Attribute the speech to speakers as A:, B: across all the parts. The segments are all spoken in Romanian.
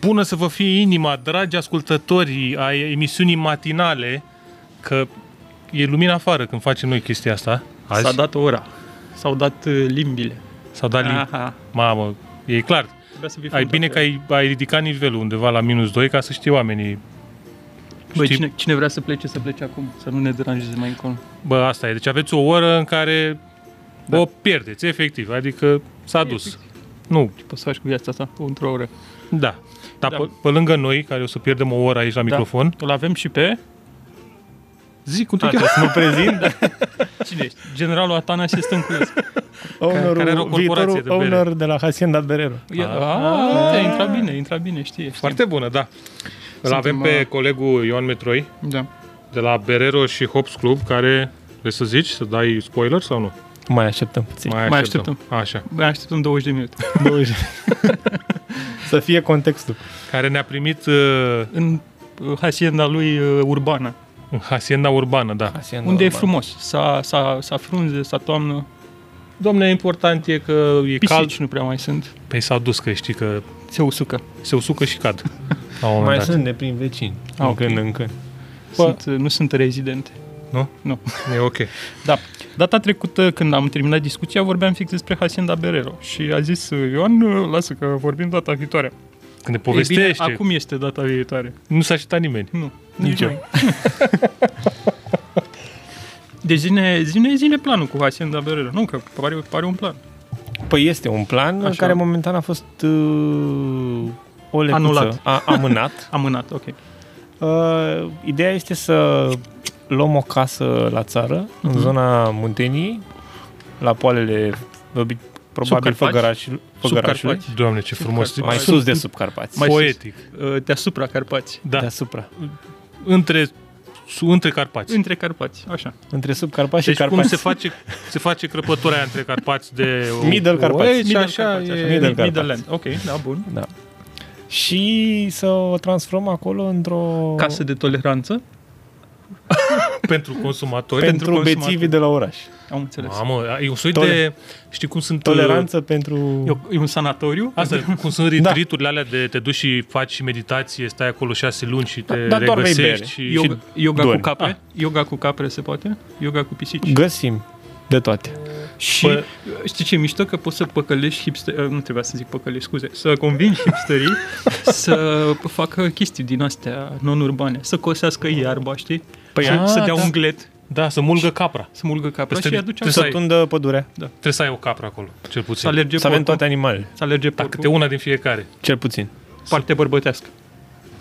A: bună să vă fie inima, dragi ascultătorii ai emisiunii matinale, că e lumina afară când facem noi chestia asta. Azi
B: S-a dat ora. S-au dat uh, limbile.
A: s-au dat limbi.
B: Aha.
A: Mamă, e clar.
B: Trebuia să fie
A: Ai
B: făcut
A: bine că
B: acolo.
A: ai, ai ridicat nivelul undeva la minus 2 ca să știe oamenii.
B: Băi,
A: știi-
B: cine, cine vrea să plece, să plece acum. Să nu ne deranjeze mai încolo.
A: Bă, asta e. Deci aveți o oră în care da. o pierdeți, efectiv. Adică s-a dus. Nu,
B: Ce poți să faci cu viața asta? Într-o oră.
A: da. Dar da.
B: Da.
A: Pe, pe lângă noi, care o să pierdem o oră aici la da. microfon,
B: Îl avem și pe... Zic cum te
A: Ah,
B: cheamă.
A: trebuie să mă prezint.
B: Cine ești? Generalul Atanasie Stănculescu.
C: Ownerul,
A: care are o corporație
C: viitorul
A: de bere.
C: owner de la Hacienda Berero.
B: Ah, ah, uite, a intrat bine, intra bine, știe. știe.
A: Foarte bună, da. Îl avem
B: Suntem,
A: pe
B: uh,
A: colegul Ion Metroi
B: Da.
A: de la Berero și Hops Club, care, vrei să zici, să dai spoiler sau nu?
C: Mai așteptăm puțin.
B: Mai
A: Așa.
B: Băi, așteptăm 20 de minute.
C: 20. Să fie contextul.
A: Care ne-a primit uh,
B: În uh, hacienda lui uh, Urbana,
A: în Hacienda Urbană, da.
C: Hacienda
B: unde e frumos. S-a, s-a, s-a frunze, s-a toamnă,
A: Domne, important e că e
B: pisici
A: cald.
B: nu prea mai sunt,
A: Păi s-a dus, că știi că
B: se usucă.
A: se usucă și cad. La un moment
C: Mai
A: dat.
C: sunt de prin vecini.
B: Ah,
C: Ah,
B: ok.
C: okay. Când în când.
B: Sunt, uh, nu sunt rezidente.
A: E ok.
B: Da. Data trecută, când am terminat discuția, vorbeam fix despre Hacienda Berero și a zis uh, Ioan, uh, lasă că vorbim data viitoare. Ei
A: Când ne povestește,
B: bine, acum este data viitoare.
A: nu s-a așteptat nimeni.
B: Nu,
C: Nici eu.
B: noi. Deci zine, zine, zine planul cu Hacienda Berero. Nu, că pare, pare un plan.
C: Păi este un plan
B: Așa.
C: Așa. care momentan a fost uh, o lecuță,
B: Anulat.
C: A, amânat.
B: Amânat, ok.
C: uh, ideea este să luăm o casă la țară, uh-huh.
B: Mhm.
C: în zona Muntenii, la poalele de obi- probabil
B: Carpați?
C: Făgărașul, Făgărașului.
B: Carpați.
A: Doamne, ce frumos.
B: Carpați.
C: Mai
B: Sub-
C: sus de sub Carpați.
B: Mai sus.
A: Poetic.
B: Uh, Deasupra Carpați.
A: Da.
C: Deasupra.
A: Între, su- între Carpați.
B: Între Carpați, așa.
C: Între sub Carpați
A: Deci
C: și Carpați.
A: cum se face, se face crăpătura aia între Carpați de...
C: Middle Carpați.
A: Oeți și
B: Middle
A: așa,
B: Carpați,
A: e...
B: așa.
C: Middle Carpați.
B: Middle Land. Ok, da, bun.
C: și să o transformăm acolo într-o
B: Casă de toleranță.
A: pentru consumatori.
C: pentru,
B: pentru
C: pentru
B: consumatori.
C: bețivii de la oraș.
B: Am înțeles.
A: Mamă, e un soi
C: Tole-
A: de... Știi cum sunt... uh,
C: Toleranță pentru
B: E, o- e un sanatoriu.
A: Asta, cum sunt retriturile alea de te duci și faci și meditație, stai acolo șase luni și te
C: dar doar bei
A: regăsești
C: bere.
A: și...
B: Yoga, yoga cu
C: dormi.
B: capre. Yoga cu capre se poate? Yoga cu pisici.
C: găsim de toate.
B: Și
A: Bă.
B: știi ce mișto? Că poți să păcălești hipster... eh, Nu trebuia să zic păcălești, scuze. Să convingi hipsterii să facă chestii din astea non-urbane. Să cosească iarba, știi? Păi, să,
C: a,
B: să dea
C: da.
B: un glet,
A: Da, să mulgă capra.
B: să mulgă capra
A: Trebuie
B: și
A: să-
B: aduce
A: trebuie
B: să,
C: Să tundă pădurea.
A: Trebuie să ai o capră acolo, cel
B: să
A: puțin.
B: alerge
C: Să avem
B: porcul.
C: toate animalele,
B: Să alerge
A: Da,
B: porcul.
A: câte una din fiecare.
C: cel puțin.
B: parte bărbătească.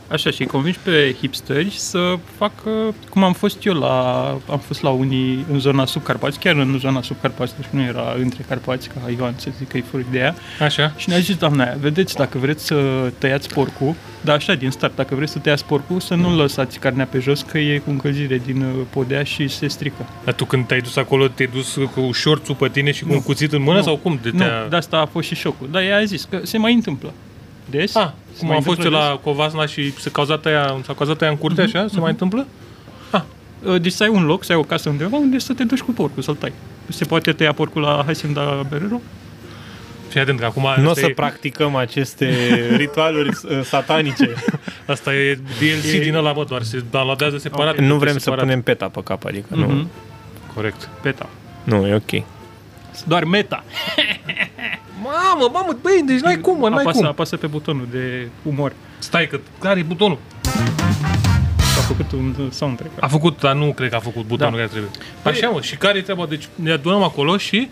B: Așa, și îi convingi pe hipsteri să facă, cum am fost eu la, am fost la unii în zona subcarpați, chiar în zona subcarpați, deci nu era între carpați, ca Ioan să zic că-i fur de ea.
A: Așa.
B: Și ne-a zis, doamna aia, vedeți, dacă vreți să tăiați porcul, dar așa din start, dacă vreți să tăiați porcul, să nu lăsați carnea pe jos, că e cu încălzire din uh, podea și se strică.
A: Dar tu când te-ai dus acolo, te-ai dus cu șorțul pe tine și cu
B: Nu.
A: un cuțit în mână
B: Nu.
A: sau cum? De
B: Nu, da.
A: te-a...
B: de asta a fost și șocul. Dar ea a zis că se mai întâmplă. Des?
A: Ah,
B: Se
A: cum
B: mai
A: a fost eu
B: întâmplă des.
A: la Covasna și s-a cauzat aia, s-a cauzat aia în curte, așa? Se mai întâmplă?
B: Uh, Deci să ai un loc, să ai o casă undeva unde să te duci cu porcul, să-l tai. Se poate tăia porcul la Hacienda Berero?
A: Fii atent că acum
C: Nu o
A: asta,
C: să
A: e,
C: practicăm aceste ritualuri uh, satanice.
A: asta e DLC din ăla, mă, doar se downloadează separat.
B: Ok.
C: Nu
A: totul
C: vrem să
A: separat.
C: punem peta pe cap, adică
B: Mhm.
C: nu.
A: Corect.
B: Peta.
C: Nu, e ok.
B: Doar meta.
A: Mamă, mamă, băi, deci n-ai cum, mă,
B: apasă, apasă pe butonul de umor.
A: Stai că care e butonul?
B: S-a făcut un uh, soundtrack.
A: A făcut, dar nu cred că a făcut butonul
B: Da.
A: care trebuie. Așa, mă, și care e treaba? Deci ne adunăm acolo și...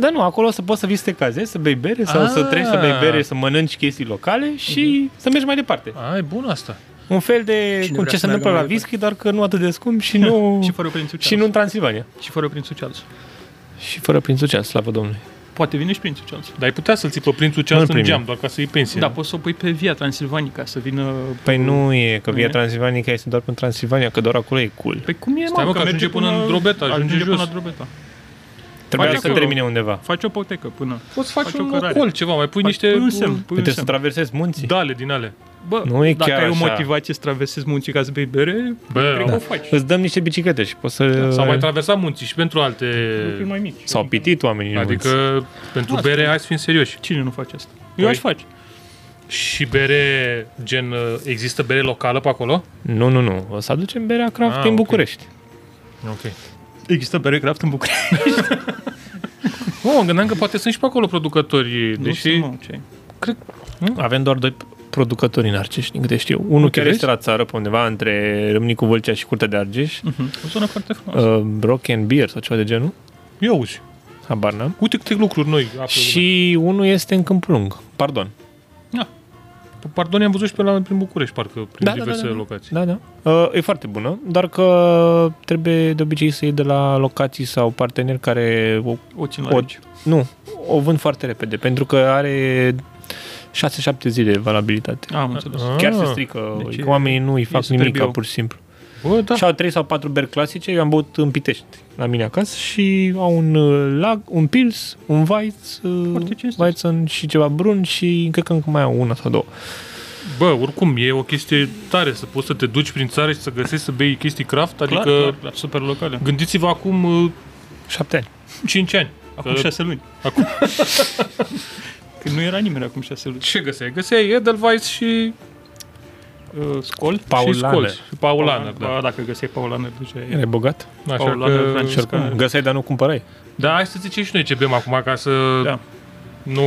C: Dar nu, acolo să poți să vii să te cazezi, să bei bere sau să
A: Ah. Mhm.
C: treci să bei bere, să mănânci chestii locale și să mergi mai departe.
A: A, e bun asta.
C: Un fel de
B: Cine
C: cum
B: vrea
C: ce
B: să
C: se întâmplă la
B: meargă mai
C: whisky, dar că nu atât de scump și nu
B: Și fără prințul Charles.
C: și nu în Transilvania.
B: și fără prințul Charles.
C: Și fără prințul cea, slavă Domnului.
B: Poate vine și prințul Charles.
A: Dar ai putea să-l ții pe prințul Charles în
C: primim.
A: geam, doar ca să-i pensie.
B: Da, poți să o pui pe Via Transilvanica să vină...
C: Păi nu e, că via
B: Nu e?
C: Transilvanica este doar pentru Transilvania, că doar acolo e cool.
B: Păi cum e,
A: Stai, mă, că ajunge până în Drobeta, ajunge
B: până
A: jos.
B: la Drobeta.
C: Trebuia
B: faci
C: să
B: acolo.
C: termine undeva.
B: Faci o potecă până.
A: Poți să faci,
B: faci o
A: un
B: cărare.
A: ocol ceva, mai pui
B: Faci-
A: Păi niște
B: pui un semn, pui un
C: Puteți să
B: semn.
C: traversezi munții.
A: dale din ale.
B: Bă,
C: Nu e
B: dacă
C: chiar
B: ai o
C: așa.
B: motivație să traversezi muncii ca să bei bere,
A: Bă,
B: cred
A: da.
B: că o faci.
C: Îți dăm niște biciclete și poți să...
B: Păi-
A: S-au mai traversat munții și pentru alte...
B: Lucruri mai mici.
C: S-au pitit oamenii în
A: Adică, pentru
B: Asta e.
A: bere, hai să fim serioși.
B: Cine nu face asta? Eu
A: Păi-
B: aș face.
A: Și bere, gen, uh, există bere locală pe acolo?
C: Nu, nu, nu. O să aducem berea craft
A: Ah,
C: din
A: ok.
C: București.
A: Ok.
B: Există bere craft în București.
A: Nu, mă gândeam că poate sunt și pe acolo producători, deși...
B: Nu, ce
A: Cred...
C: Avem doar doi producători în Argeș, din câte știu. Unul chiar
A: București?
C: este la țară, pe undeva între Râmnicu Vâlcea și Curtea de Argeș.
B: O zonă foarte frumoasă.
C: Uh, Rock and Beer sau ceva de genul.
A: Ia uzi.
C: Habar n-am.
A: Uite câte lucruri noi află lumea.
C: Și unul este în Câmpul Lung. Pardon.
A: Pardon, i-am văzut și pe la prin București, parcă, prin
C: Da, da,
A: diverse
C: da, da, da.
A: locații.
C: Da, da. Uh, E foarte bună, doar că trebuie de obicei să iei de la locații sau parteneri care o,
B: O țin la
C: o,
B: rece.
C: nu, o vând foarte repede, pentru că are 6-7 zile valabilitate.
B: Am înțeles.
A: Ah.
C: Chiar se strică,
B: deci
C: deci
B: e-
C: că oamenii nu îi fac
B: superb
C: nimic,
B: eu.
C: pur și simplu.
A: Bă, da.
C: Și au 3 sau 4 beri clasice, eu am băut în Pitești, la mine acasă, și au un uh, lag, un pils, un Weiz, uh,
B: Foarte cinstit.
C: Weizen și ceva brun și cred că încă mai au una sau două.
A: Bă, oricum, e o chestie tare să poți să te duci prin țară și să găsești să bei chestii craft, adică
B: Clar, clar, clar, super locale.
A: gândiți-vă acum
C: 7 ani.
A: 5 ani.
B: Acum
A: Că-
B: șase luni.
A: Acum.
B: Când nu era nimeni acum șase luni.
A: Ce găseai? Găseai Edelweiss și
B: Uh, Scol?
A: și
C: Paulaner.
A: Scolci. Și Paulaner, da.
B: Ba, Dacă găseai Paulaner, deci duceai.
C: Erai bogat?
A: Așa
B: Paulaner,
A: că...
B: Francisco.
C: Cum? Găseai, dar nu cumpărai.
A: Da, hai să zicem și noi ce bem acum, ca să
B: Da.
A: nu...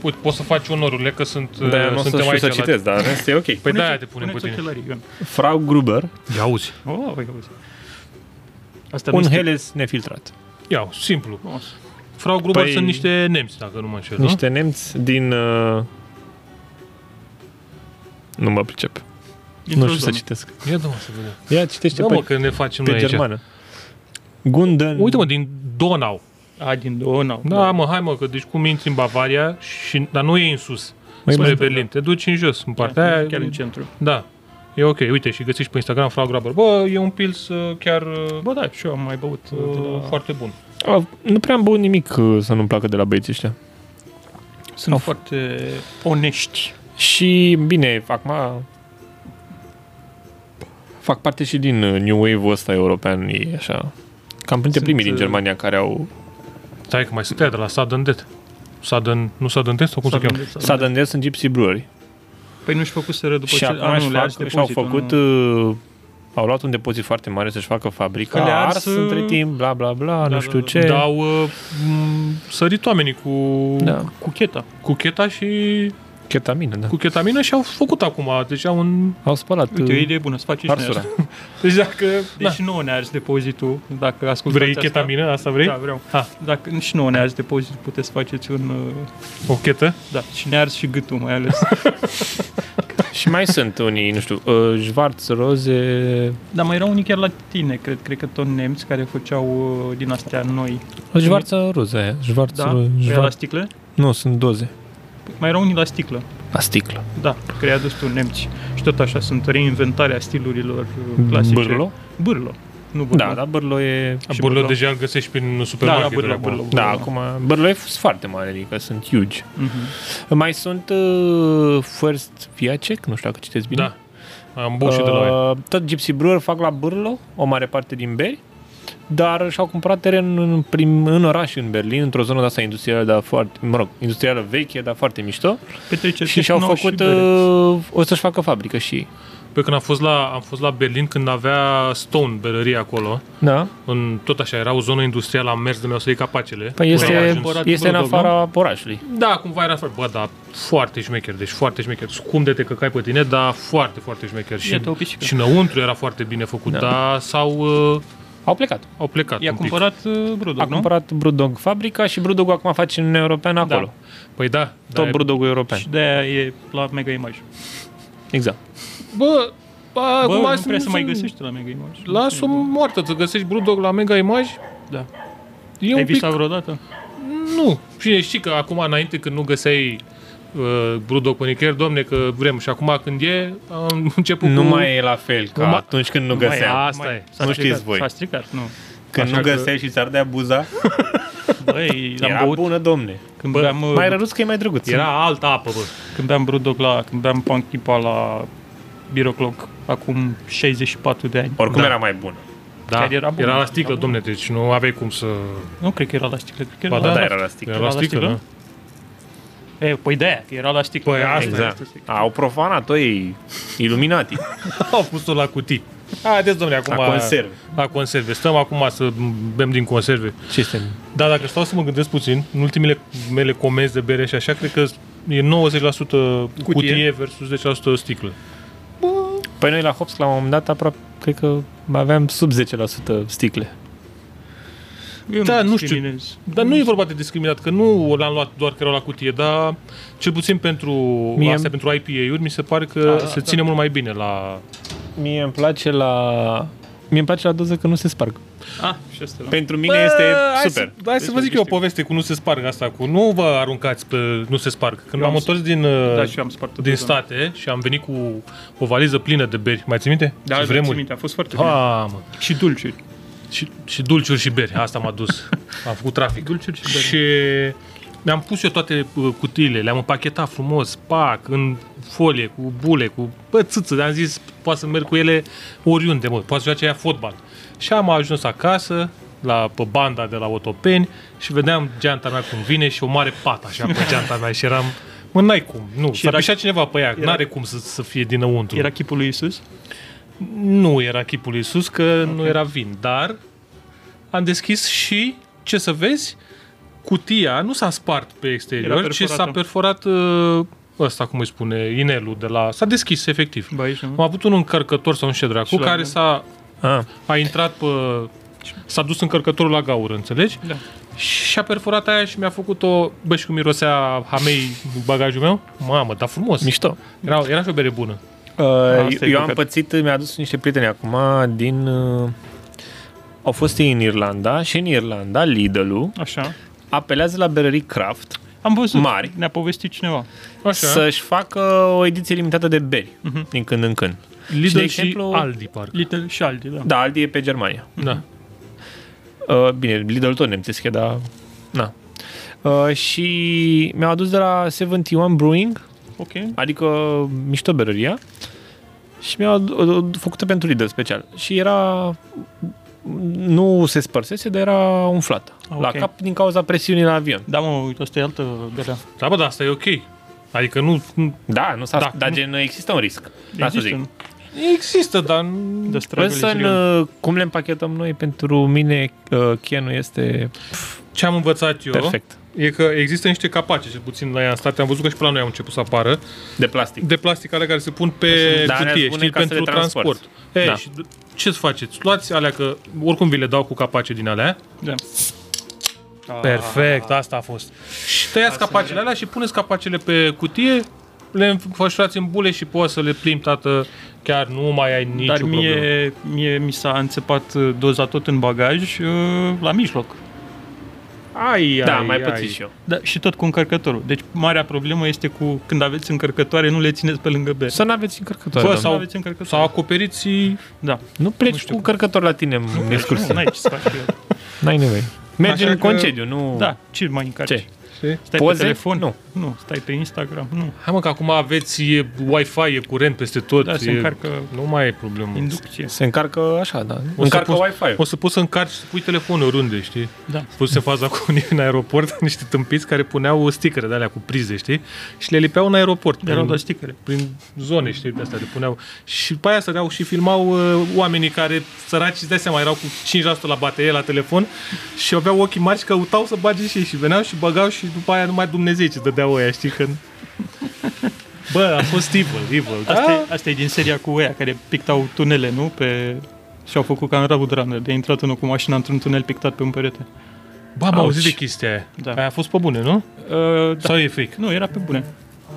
A: Uite, poți să faci onorurile, că sunt, uh,
C: Da, nu o să
A: suntem
C: știu
A: aici
C: să
A: la-
C: citesc, dar asta e ok.
A: Păi de-aia te punem pe
B: puneți
A: tine.
B: ochelarii, Ion.
C: Frau Gruber,
A: Ia uzi.
B: Oh, ia uite. Asta
C: un
B: nu este-
C: Helles nefiltrat.
A: Ia uzi, simplu.
B: Frumos.
A: Frau Gruber
C: Păi-
A: sunt niște nemți, dacă nu mă înșel, nu?
C: Niște nemți din... uh, Nu mă pricep.
B: Dintr-o
C: nu știu să
B: zonă.
C: citesc.
A: Ia dă-mă să vedem.
C: Ia citește
A: Da, mă,
C: pe,
A: că ne facem
C: pe
A: noi aici.
C: germană. Gunden...
A: Uite, mă, din Donau.
B: A, din două, nu.
A: Da, mă, hai mă, că deci cum intri în Bavaria, și, dar nu e în sus,
C: Mai
A: spre
C: bine.
A: Berlin, te duci în jos, în partea
B: Chiar,
A: aia,
B: chiar în centru.
A: da, e ok, uite, și găsești pe Instagram Frau Graber, bă, e un pils uh, chiar uh,
B: Bă, da, și eu am mai băut uh, de
A: uh,
B: la...
A: foarte bun.
C: A, nu prea am băut nimic uh, să nu-mi placă de la băieții ăștia.
B: Sunt foarte onești.
C: Și, bine, acum... Fac parte și din uh, New Wave-ul ăsta european, e așa... Cam printre
B: Sunt,
C: primii din
B: uh,
C: Germania care au...
A: Stai că mai sunt aia de la Sudden Death. Sudden, nu Sudden Death sau cum se cheamă?
C: S-a dândesc în Gypsy Brewery.
B: Păi nu-și făcuseră după
C: și
B: ce...
C: acum
B: a, nu,
C: își
B: le-a
C: fac,
B: ars
C: și-au
B: depozitul,
C: făcut...
B: nu.
C: uh, Au luat un depozit foarte mare să-și facă fabrica.
B: Că le-a
C: A
B: ars, uh,
C: ars între timp, bla, bla, bla,
B: da,
C: nu știu
B: da,
C: ce.
A: Dau uh, m- sărit oamenii cu,
C: Da.
B: Cu cheta.
A: cu cheta și
C: Ketamină, da.
A: cu ketamină și au făcut acum, deci au un...
C: Au spălat
B: Uite, o
C: uh,
B: idee bună, să faci și noi
C: arsura.
B: asta.
A: Deci dacă...
B: Deci da. nouă ne ars depozitul, dacă ascultați
A: Vrei
B: asta.
A: ketamină? Asta vrei?
B: Da, vreau.
A: Ha.
B: Dacă și nouă ne ars depozitul, puteți să faceți un...
A: O
B: uh,
A: chetă?
B: Da, și ne ars și gâtul mai ales.
C: și mai sunt unii, nu știu, uh, Schwarz, Roze...
B: Dar mai erau unii chiar la tine, cred, cred că tot nemți care făceau uh, din astea noi.
C: Schwarz, Roze aia. Schwarz,
B: Da? Păi la sticle?
C: Nu, sunt doze.
B: Mai erau unii la sticlă.
C: La sticlă.
B: Da, care i-a dus tu nemți. Și tot așa sunt reinventarea stilurilor uh, clasice.
C: Bârlo?
B: Bârlo. Nu bârlo.
C: Da, dar Bârlo e...
B: Și
A: Burlă
B: Bârlo.
A: deja îl găsești prin
B: Da, da,
A: supermarket.
B: bârlo, bârlo.
C: Da, acum... Bârlo e fost foarte mare, adică sunt huge.
B: Uh-huh.
C: Mai sunt uh, First Viacek, nu știu dacă citeți bine.
A: Da. Am băut și de la ei.
C: Uh, Tot Gypsy Brewer fac la Bârlo, o mare parte din beri, dar și-au cumpărat teren în, prim, în oraș, în Berlin, într-o zonă de asta industrială, dar foarte, mă rog, industrială veche, dar foarte mișto.
B: Petrece
C: și și-au făcut,
B: Și bere.
C: uh, o să-și facă fabrică și ei.
A: Pe când am fost la, am fost la Berlin, când avea Stone berărie acolo,
C: Da,
A: în, tot așa, era o zonă industrială, am mers de mi-au să iei capacele.
C: păi
A: Până am
C: este,
A: ajuns.
C: este în afara orașului.
A: Da, cumva era foarte... Bă, da, foarte șmecher, deci foarte șmecher. Scump de te căcai pe tine, dar foarte, foarte șmecher. Și,
B: Iată o pisică.
A: și înăuntru era foarte bine făcut, da. dar s-au... uh,
C: Au plecat.
A: au plecat
B: I-a
A: un pic.
B: cumpărat uh, Brudog,
C: A
B: nu?
C: cumpărat Brudog fabrica și Brudog acum face în Uniunea Europeană
B: Da.
C: acolo.
A: Păi da,
C: Tot
A: dar e-
C: Brudogul european.
B: Și de-aia e la Mega Image.
C: Exact.
A: Bă, bă,
B: Bă,
A: acum
B: nu
A: sunt-
B: prea să mai
A: sunt-
B: găsești la Mega Image.
A: Las-o moartă, să găsești Brudog la Mega Image.
B: Da.
A: E
B: Ai
A: un pic
B: visat vreodată?
A: Nu. Și știi că acum, înainte, când nu găseai uh, Brudog pe nicăieri, domne, că vrem. Și acum, când e, am început
C: Nu
A: cu...
C: mai e la fel ca
A: Numai-
C: atunci când nu
A: Mai,
C: găseam.
A: asta
B: Mai-
A: e.
B: s-a
C: Nu
B: stricat,
C: știți voi.
B: S-a stricat, nu.
C: Când
A: Așa
C: nu
A: că-
C: găseai și ți-ar dea buza,
B: Băi, l-am
C: era
B: băut
C: bună, domne.
B: când
A: Bă,
B: beam... uh,
C: Mai răruț că e mai drăguț.
A: Era altă apă, bă.
B: Când beam Brudog la, când beam Panchipa la Birocloc acum 64 de ani.
C: Oricum
A: Da.
C: era mai bună.
A: Da,
B: Chiar era
A: era,
B: bun.
A: era la sticlă,
B: Era bun.
A: domne, deci nu aveai cum să...
B: Nu cred că era la sticlă, cred că
A: Ba
B: era
A: da,
B: la
C: Da,
A: da,
C: era la sticlă.
A: Era la sticlă, da.
B: E, păi de aia, că era la sticlă.
A: Păi, asta
C: Exact. Au profanat-o ei, Illuminati.
A: Au pus-o la cutii. Haideți, domnule, acum...
C: La conserve.
A: La conserve. Stăm acum să bem din conserve.
C: Ce este?
A: Dar Da, dacă stau să mă gândesc puțin, în ultimele mele comenzi de bere și așa, cred că e 90% cutie, cutie versus 10% sticlă.
C: Păi noi la Hops la un moment dat aproape, cred că aveam sub 10% sticle.
B: Eu
A: Da, nu știu.
B: discriminez.
A: Dar nu e vorba de discriminat, că nu l-am luat doar că erau la cutie, dar cel puțin pentru
C: Mie-
A: astea, pentru IPA-uri, mi se pare
B: Da,
A: că se ține mult mai bine la...
C: Mie îmi place la... Mie îmi place la doză că nu se sparg.
B: Ah, și asta. Pe...
C: Pentru mine este
A: hai
C: super.
A: Să, hai să vă zic eu o poveste cu nu se sparg asta, cu nu vă aruncați pe nu se sparg. Când m-am
B: Eu am-
A: întors din, uh,
B: Da, și eu am spart
A: din state și am venit cu o valiză plină de beri, mai ții minte?
B: Da,
A: și
B: da, țin
A: vremuri.
B: minte, a fost foarte bine. Mm.
A: Ha, mă.
B: Și dulciuri.
A: Și, și dulciuri și beri, asta m-a dus. Am făcut trafic.
B: Dulciuri și beri.
A: Și mi-am pus eu toate uh, cutiile, le-am împachetat frumos, pac, în folie, cu bule, cu bă, țâță, am zis, poate să merg cu ele oriunde, mă, poate să joace ea fotbal. Și am ajuns acasă, la pe banda de la Otopeni și vedeam geanta mea cum vine și o mare pată așa pe geanta mea și eram, mă, n-ai cum, nu, s-a
B: era-
A: pișat cineva pe ea, n-are cum să, să fie dinăuntru.
B: Era chipul lui Isus.
A: Nu era chipul lui Isus, că okay. nu era vin, dar am deschis și, ce să vezi, cutia nu s-a spart pe
B: Era
A: exterior, ci
B: perforată.
A: s-a perforat ă, ăsta, cum îi spune, inelul de la... S-a deschis, efectiv.
B: Ba, aici, nu?
A: Am avut un încărcător sau un știu dracu,
B: Și la
A: care
B: gând.
A: s-a
C: Ah,
A: a intrat pe... S-a dus încărcătorul la gaură, înțelegi?
B: Da.
A: Și a perforat aia și mi-a făcut-o... Bă, și cum mirosea hamei în bagajul meu? Mamă, dar frumos.
C: mișto.
A: Era, era și o bere bună.
C: Uh,
B: Asta e
C: eu am
B: păcat.
C: pățit, mi-a adus niște prieteni acum din... Uh, au fost ei în Irlanda și în Irlanda Lidl-ul
B: Așa.
C: apelează la berării craft
B: Am văzut.
C: Mari.
B: Ne-a povestit cineva.
A: Așa.
C: să-și facă o ediție limitată de beri
B: Mhm.
C: uh-huh. din când în când.
B: Da.
A: Lidl și,
C: de
A: de
C: exemplu-
A: exemplu, și Aldi, parcă.
B: Little și Aldi, da.
C: Da, Aldi e pe Germania.
A: Da.
C: Uh, bine, Lidl tot nemțesc, e, dar... Na. Uh, și mi-au adus de la 71 Brewing,
B: Ok.
C: adică mișto berăria, și mi-au ad- făcută pentru Lidl special. Și era... Nu se spărsese, dar era umflată.
B: Ah,
C: La
B: ok.
C: cap din cauza presiunii la avion.
B: Da, mă, uite, asta e altă berea.
A: Da, bă, dar asta e ok. Adică nu... nu-
C: Da, nu s-a,
A: Da.
C: dar gen există un risc. Da, să zic.
B: Există, nu?
A: Există, dar... nu-
B: De stragul
C: Însă, în,
B: lui Sirion.
C: uh, cum le împachetăm noi, pentru mine uh, Chianul este
A: Ce am învățat eu
C: perfect.
A: e că există niște capace, cel puțin la ea în state. Am văzut că și pe la noi au început să apară.
C: De plastic.
A: De plastic alea care se pun pe
C: Da, ne-ar
A: cutie,
C: spune
A: știi,
C: case
A: pentru
C: de
A: transport.
C: transport.
A: Ei,
C: Da.
A: și ce faceți? Luați alea că oricum vi le dau cu capace din alea.
B: Da.
C: Ah.
A: Perfect, asta a fost. Și tăiați capacele alea și puneți capacele pe cutie, le înfășurați în bule și poți să le plimbi, tată, chiar nu mai ai nicio
B: Dar
A: problemă.
B: mie, mie mi s-a înțepat uh, doza tot în bagaj uh, la mijloc.
A: Ai,
C: Da, mai pățit și eu.
B: Da, și tot cu încărcătorul. Deci marea problemă este cu când aveți încărcătoare, nu le țineți pe lângă bere.
C: Să nu aveți încărcătoare.
A: Bă,
C: doamne.
A: sau,
B: aveți încărcător.
A: sau acoperiți
B: Da.
C: Nu
B: Nu
C: pleci
B: știu
C: cu încărcător la tine în
B: Nu,
C: excursiune.
B: n-ai ce să faci eu.
C: N-ai nevoie. Mergi
A: Așa
C: în
A: că-
C: concediu, nu...
B: Da, ce mai încarci?
C: Oh. Ce?
B: Stai
C: Poze?
B: pe telefon?
C: Nu.
B: Nu, stai pe Instagram? Nu.
A: Hai mă că acum aveți e, Wi-Fi, e curent peste tot.
B: Da, se
A: e-
B: încarcă
A: Nu mai e problemă.
B: inducție.
C: Se încarcă așa, da. încarcă
A: pus-
C: Wi-Fi.
A: O să poți să încarci, să pui telefonul oriunde, știi?
B: Da.
A: Puse faza cu unii în aeroport, niște tâmpiți care puneau sticăre de alea cu prize, știi? Și le lipeau în aeroport.
B: Dar erau
A: prin-
B: doar sticăre.
A: prin zone, știi, de astea, le puneau. Și după aia stăteau și filmau uh, oamenii care, săraci, îți dai seama, erau cu 5% la baterie la telefon și aveau ochii mari și căutau să bage și ei și veneau și băgau și după aia numai Dumnezeu ce dădeau ăia, știi, când... Bă, a fost evil, evil, da?
B: Asta, e, asta e din seria cu ăia care pictau tunele, nu? Pe... Și-au făcut ca în Rabu Runner, de a intrat unul cu mașina într-un tunel pictat pe un perete.
A: Bă, am
C: Auci.
A: auzit de chestia aia.
B: Da.
A: Aia a fost pe bune, nu?
B: Uh,
A: Sau e fake?
B: Nu, era pe bune.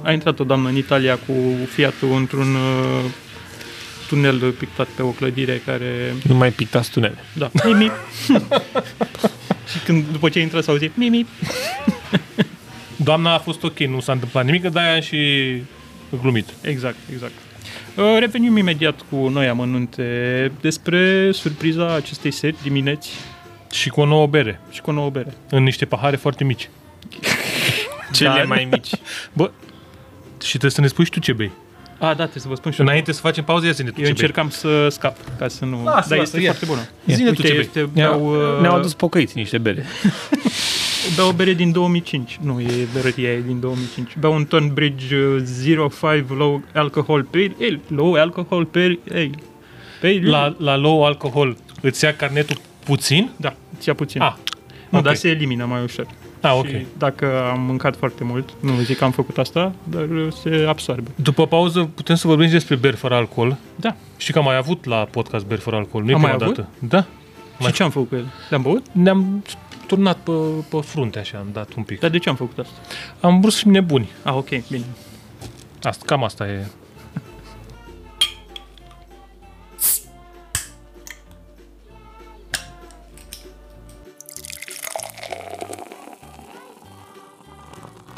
B: A intrat o doamnă în Italia cu Fiat-ul într-un uh, tunel pictat pe o clădire care...
C: Nu mai pictați tunele.
B: Da, mimi. și când, după ce a intrat s-a auzit mimi.
A: Doamna a fost ok, nu s-a întâmplat nimic, dar aia și glumit.
B: Exact, exact. Uh, Revenim imediat cu noi amănunte despre surpriza acestei seri dimineți
A: Și cu o nouă bere,
B: și cu o nouă bere.
A: în niște pahare foarte mici.
C: Cele
B: Dar-
C: mai mici.
A: Bă, și trebuie să ne spui și tu ce bei.
B: A, da, trebuie să vă spun și
A: Și înainte să facem pauză, ia zi-ne tu
B: Eu
A: ce
B: încercam să scap ca să nu...
A: Lasă,
B: Dar
A: lasă,
B: este
A: ia.
B: foarte bună.
A: bei. Zine tu
B: Uite,
A: ce bei.
B: este,
C: Ne-au,
B: beau, uh,
C: ne-au adus pocăiți niște bere.
B: beau o bere din 2005. Nu, e berăria e din 2005. Beau un Tonbridge uh, 05 low alcohol pale ale. Low alcohol pale ale. Pale ale.
A: La, la low alcohol îți ia carnetul puțin?
B: Da, ți ia puțin.
A: Ah,
B: nu,
A: ok.
B: dar se elimină mai ușor.
A: ah ok.
B: Și dacă am mâncat foarte mult, nu zic că am făcut asta, dar uh, se absorbe.
A: După pauză putem să vorbim și despre beri fără alcool.
B: Da.
A: Și că am mai avut la podcast beri fără alcool. Nu e
B: Am mai
A: prima
B: avut?
A: dată. Da. Mai-
B: Și ce am făcut cu el? Le-am băut?
A: Ne-am turnat pe, pe frunte așa, am dat un pic.
B: Dar de ce am făcut asta?
A: Am vrut să fim nebuni.
B: Ah, ok, bine.
A: Asta, cam asta e.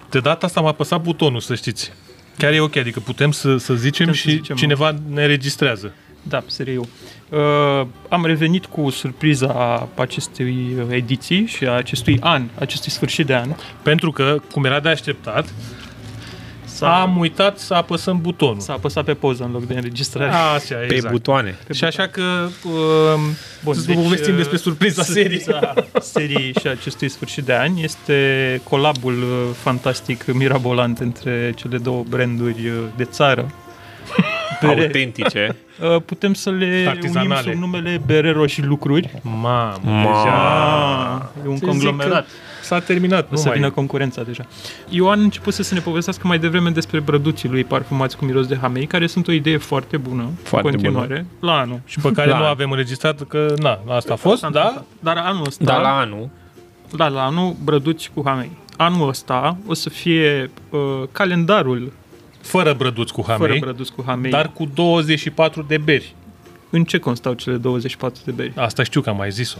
A: De data asta am apăsat butonul, să știți. Chiar e ok, adică putem să, să zicem
B: Putem să
A: și
B: zicem,
A: cineva ne registrează.
B: Da, seriu. Uh, am revenit cu surpriza acestei ediții și a acestui an, acestui sfârșit de an.
A: Pentru că, cum era de așteptat,
B: S-a,
A: am uitat să apăsăm butonul.
B: s-a apăsat pe poză în loc de înregistrare.
A: Așa,
C: Pe
A: exact.
C: butoane.
A: Și așa că um, Bun, să deci, povestim
B: uh,
A: despre surpriza serii.
B: surpriza serii și a acestui sfârșit de an este colabul uh, fantastic, mirabolant între cele două branduri uh, de țară. Bere,
C: Autentice.
B: uh, putem să le unim
A: Artizanale.
B: sub numele Bere Roșii Lucruri.
A: Mamă,
C: Ma.
B: Ah, e un
A: Să
B: conglomerat.
A: zic că S-a terminat.
B: O
A: Nu
B: să
A: mai
B: vină
A: vină...
B: concurența deja. Ioan începuse să ne povestească mai devreme despre brăduții lui parfumați cu miros de hamei, care sunt o idee foarte bună
C: Foarte
B: în continuare, la anul.
A: Și pe care
C: Da.
A: nu avem înregistrat că, na, asta a fost,
B: S-a
A: da?
B: întâmplat. Dar anul ăsta,
C: Dar la anul,
B: da, la anul, brăduți cu hamei. Anul ăsta o să fie uh, calendarul
A: Fără brăduți cu hamei,
B: fără brăduți cu hamei.
A: dar cu 24 de beri.
B: în ce constau cele 24 de beri?
A: Asta știu că am mai zis-o.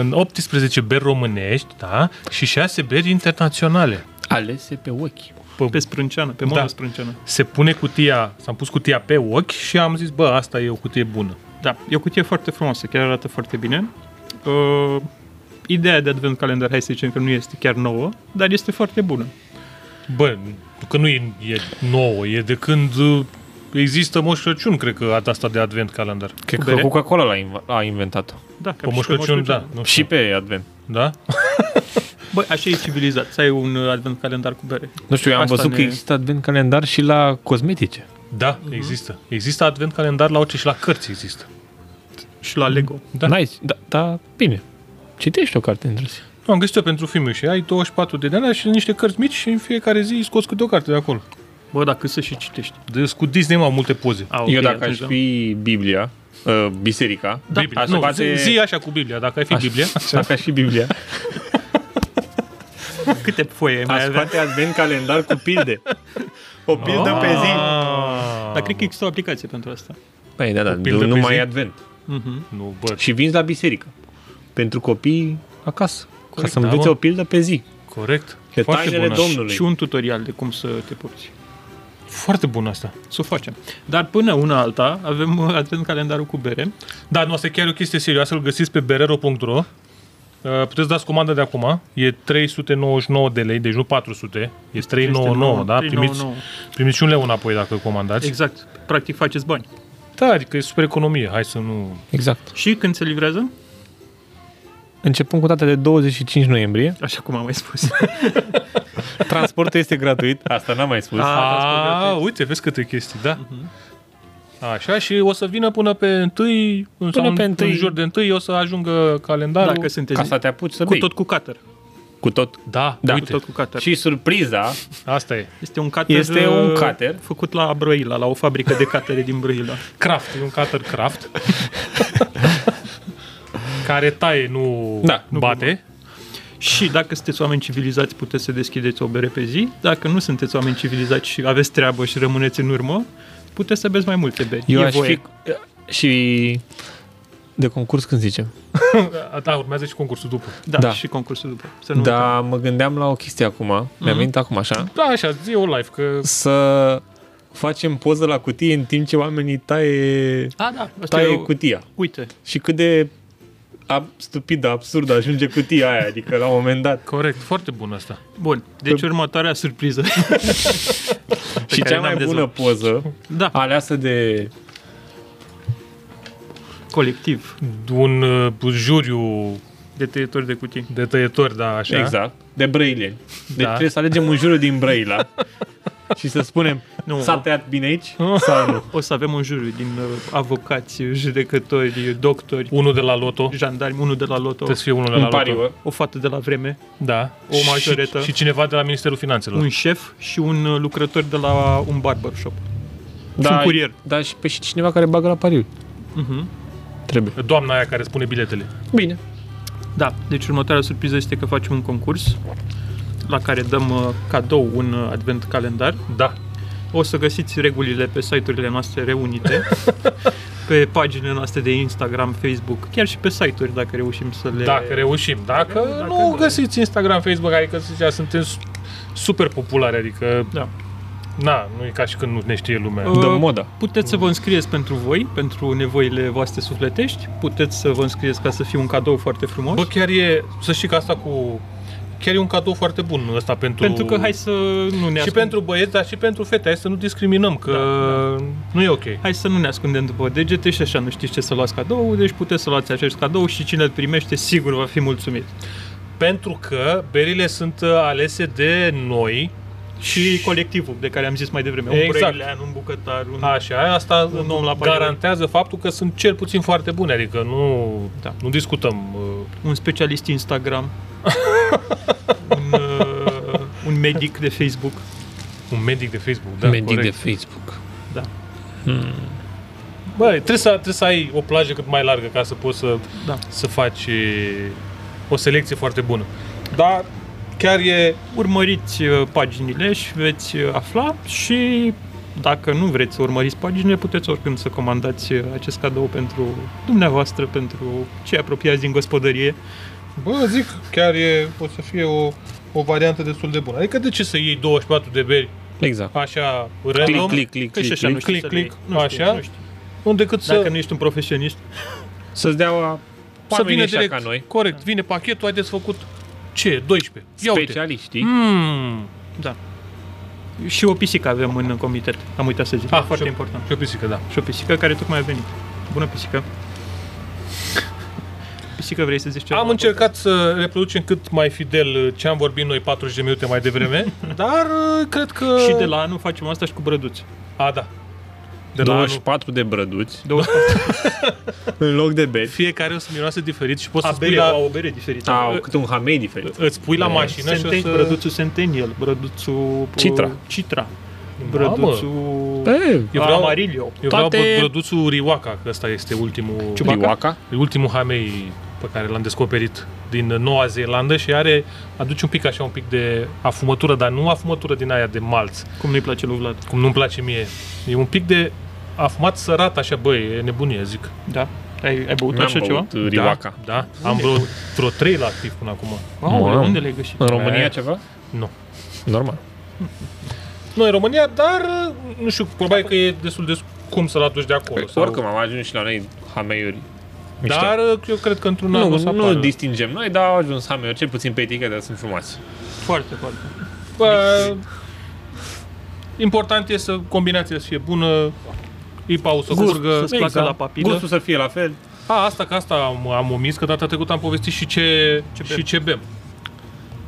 A: În 18 beri românești, da? Și 6 beri internaționale.
C: alese pe ochi.
B: Pe sprânceană, pe mona da. sprânceană.
A: Se pune cutia, s-am pus cutia pe ochi și am zis, bă, asta e o cutie bună.
B: Da, e o cutie foarte frumoasă, chiar arată foarte bine. Uh, ideea de advent calendar, hai să zicem că nu este chiar nouă, dar este foarte bună.
A: Bă, că nu e, e nouă, e de când uh, există Moș Crăciun, cred că data asta de advent calendar.
C: Cred
B: Cu
C: că
B: bere?
C: Coca-Cola l-a, inv- a inventat-o.
B: Da, ca
A: Pe Moș Crăciun, da. Nu
C: Și
A: știu.
C: pe Advent.
A: Da?
B: Băi, așa e civilizat, să ai un uh, advent calendar cu bere.
C: Nu știu, eu am
B: Asta
C: văzut
B: ne-
C: că există Advent calendar și la cosmetice.
A: Da, uh-huh. există. Există advent calendar la orice și la cărți există.
B: Și la Lego.
A: Da.
C: Nice, da, da, bine. Citești o carte într-o zi.
A: Nu, am găsit-o pentru filmul și ai 24 de ani și niște cărți mici și în fiecare zi scoți câte o carte de acolo.
B: Bă, dacă să și citești.
A: De, cu Disney m-au multe poze.
B: A,
C: Eu dacă
B: da.
C: aș fi Biblia, uh, biserica,
A: Da,
C: aș
A: nu,
C: face...
A: zi, zi așa cu Biblia, dacă ai fi
C: aș-
A: Biblia.
C: Dacă aș fi Biblia,
B: Câte foie ai
C: aș
B: mai avea?
C: face Advent calendar cu pilde. O pildă pe
A: Ah.
C: zi.
B: Dar cred că există o aplicație pentru asta.
C: Păi da, da,
A: pildă
C: nu,
A: pe
C: nu mai
A: zi.
C: e Advent.
B: Mm-hmm.
A: Nu, bă,
C: Și vinzi la biserică. Pentru copii acasă. Corect, ca să
A: da,
C: învețe
A: mă.
C: o pildă pe zi.
A: corect.
C: De
A: Foarte
C: tainele
A: bună.
C: Da. Domnului.
B: Și un tutorial de cum să te porți.
A: Foarte bună asta.
B: Să o facem. Dar până una alta, avem uh, advent calendarul cu bere.
A: Da, nu, asta e chiar o chestie serioasă, îl găsiți pe berero.ro. Uh, Puteți dați comandă de acum, e 399 de lei, deci nu 400, e 399, da?
B: 399.
A: Primiți, primiți și un leu înapoi dacă comandați.
B: Exact. Practic faceți bani.
A: Da, adică e super economie, hai să nu...
C: Exact.
B: Și când se livrează?
C: Începând cu data de 25 noiembrie,
B: Așa cum am mai spus.
C: transportul este gratuit. Ah, Asta n-am mai spus.
B: A,
A: Ah, A,
B: transport
A: uite, vezi câte chestii, da? Așa, și o să vină până pe întâi, până
C: pe
A: în,
C: întâi.
A: în jur de întâi, o să ajungă calendarul.
B: Dacă sunteți
C: Ca să te apuci să
B: cu
C: bei.
B: tot cu cutter.
C: Cu tot.
A: Da,
C: Da.
B: Cu
A: uite,
B: tot cu cutter.
C: Și surpriza
A: asta e.
B: Este un cutter,
C: Este un
B: uh,
C: cutter.
B: făcut la Brăila, la o fabrică de cutere din Brăila.
A: Craft, e un cutter craft. care taie, nu,
C: Da,
A: nu
C: nu
A: bate.
B: Și dacă sunteți oameni civilizați, puteți să deschideți o bere pe zi. Dacă nu sunteți oameni civilizați și aveți treabă și rămâneți în urmă, puteți să beți mai multe beri.
C: Eu
B: e
C: aș
B: voie.
C: fi și de concurs când zicem.
A: Da, urmează și concursul după.
B: Da,
C: Da.
B: și concursul după. Să nu Mhm. uităm.
C: Dar mă gândeam la o chestie acum, mi-a venit acum așa,
A: Da, așa, zi o live, că
C: să facem poză la cutie în timp ce oamenii taie,
B: A, da, asta
C: taie
B: e cu...
C: cutia.
B: Uite,
C: Și cât de ab- stupidă, absurdă ajunge cutia aia, adică la un moment dat.
A: corect, foarte bun asta.
B: bun. Deci următoarea surpriză.
C: și
B: care
C: cea
B: n-am
C: mai bună
B: dezvăluit.
C: poză
B: da,
C: aleasă de
B: colectiv.
A: Un uh, juriu
B: de tăietori de cutii.
A: de tăietori, da, așa.
C: Exact. De brăileni. Deci
A: Da.
C: trebuie să alegem un jurul din Brăila și să spunem,
B: Nu.
C: s-a tăiat bine aici sau nu.
B: O să avem un juriu din uh, avocați, judecători, doctori,
A: Unul de la Loto.
B: jandarmi, unul de la Loto,
A: Trebuie să fie unul de
C: Un
A: la Loto.
C: pariu. ă."
B: o fată de la vreme,
A: Da.
B: O majoretă.
A: Și, și cineva de la Ministerul Finanțelor.
B: un șef și un uh, lucrător de la un barbershop.
C: Da,
B: un curier.
C: Da, și pe și cineva care bagă la pariu.
B: Mhm.
C: Trebuie.
A: Doamna aia care spune biletele.
C: Bine.
B: Da, deci următoarea surpriză este că facem un concurs la care dăm uh, cadou un uh, advent calendar.
A: Da.
B: O să găsiți regulile pe site-urile noastre reunite, pe paginile noastre de Instagram, Facebook, chiar și pe site-uri dacă reușim să le...
A: Dacă reușim. Dacă,
B: Dacă
A: nu
B: da.
A: găsiți Instagram, Facebook, adică zicea, suntem su- super populare, adică
B: Da.
A: na, nu e ca și când nu ne știe lumea.
B: Uh,
C: Dă moda.
B: Puteți să vă înscrieți pentru voi, pentru nevoile voastre sufletești. Puteți să vă înscrieți ca să fie un cadou foarte frumos.
A: Bă, chiar e, să știi că asta cu chiar e un cadou foarte bun ăsta pentru
B: Pentru că hai să nu ne
A: și
B: ascund-
A: pentru băieți, dar și pentru fete, hai să nu discriminăm că
B: Da,
A: nu e ok.
B: Hai să nu ne ascundem după degete și așa nu știți ce să luați cadou, deci puteți să luați acest cadou și cine îl primește sigur va fi mulțumit.
A: Pentru că berile sunt uh, alese de noi,
B: Și colectivul de care am zis mai devreme, un
A: Exact.
B: brăilean, un bucătar, un...
A: așa, asta
B: Un om la pariuri.
A: garantează faptul că sunt cel puțin foarte bune, adică nu,
B: Da.
A: nu discutăm uh,
B: un specialist Instagram, un, uh, un medic de Facebook.
A: un medic de Facebook, da,
C: Medic
A: corect.
C: de Facebook.
B: Da.
A: Băi, trebuie să, trebuie să ai o plajă cât mai largă ca să poți să,
B: Da.
A: să faci e, o selecție foarte bună. Dar chiar e...
B: Urmăriți uh, paginile și veți uh, afla și dacă nu vreți să urmăriți paginile, puteți oricând să comandați uh, acest cadou pentru dumneavoastră, pentru cei apropiați din gospodărie.
A: Bă, zic, chiar e, o să fie o, o variantă destul de bună. Adică de ce să iei 24 de beri
C: Exact.
A: așa
C: Click,
A: random,
C: click, click,
B: Că și
C: click,
B: așa nu
C: click.
A: click,
B: știi să le iei.
A: click,
B: nu știu,
A: așa.
B: Nu știu.
A: nu decât să,
B: Dacă nu ești un profesionist,
C: Să-ți dea o...
A: să vină
C: oamenii ăștia
A: direct.
C: ca noi.
A: Corect, vine pachetul, haideți făcut ce? 12. Ia uite.
C: Specialiștii.
A: Mm.
B: și o pisică avem în comitet. Am uitat să zic,
A: Ah,
B: ah, foarte
A: și-o-
B: important.
A: Și o pisică, da.
B: Și o pisică care tocmai a venit. Bună pisică! Pisică, vrei să zici ceva?
A: Am încercat să reproducem cât mai fidel uh, ce am vorbit noi 40 de minute mai devreme, dar uh, cred că...
B: Și de la anul facem asta și cu brăduți.
A: A, da. De la anul.
C: 24 de brăduți.
B: 24
C: În loc de beri.
A: Fiecare o să miroase diferit și poți să spui
B: abere,
A: la,
B: au o bere diferită.
C: Au cât un hamei diferit.
A: îți pui la mașină și o
B: Da. Senten-
A: să...
B: Brăduțul Centennial, brăduțul... uh,
C: Citra.
B: Citra.
A: Mamă,
B: Brăduțul...
C: Pe,
A: eu vreau,
B: Amarillo.
A: eu vreau
C: toate-
A: bă- brăduțul Riwaka, că ăsta este ultimul,
C: Riwaka?
A: ultimul hamei pe care l-am descoperit din Noua Zeelandă și are, aduce un pic așa, un pic de afumătură, dar nu afumătură din aia de malț,
B: Cum nu-i place lui Vlad.
A: cum nu-mi place mie. E un pic de afumat sărat, așa, băi, e nebunie, zic.
B: Da. Ai, ai băut
C: N-am
B: așa ceva?
C: băut uh, Riwaka.
A: Da, da. Am vreo, vreo trei la activ până acum.
B: Wow,
C: Mamă.
B: unde le-ai găsit?
C: În România
A: Eh.
C: ceva?
A: Nu.
C: Normal.
A: Noi în România, dar nu știu, probabil că e destul de scump să-l aduci de acolo.
C: Păi, Oricum am ajuns și la noi hameiuri mișto.
A: Dar eu cred că într-un an o
C: nu,
A: să
C: nu
A: apară.
C: distingem noi, dar au ajuns hameiuri, cel puțin pe etichetă, dar sunt frumoase.
B: Foarte, foarte.
A: Bă, important e să combinația să fie bună, ipa să
B: Gust,
A: curgă.
B: să-ți placă
C: exact.
B: la papilă.
C: Gustul să fie la fel.
A: A, asta că asta am, am omis, că data trecută am povestit și ce, ce
B: bem.
A: și ce bem.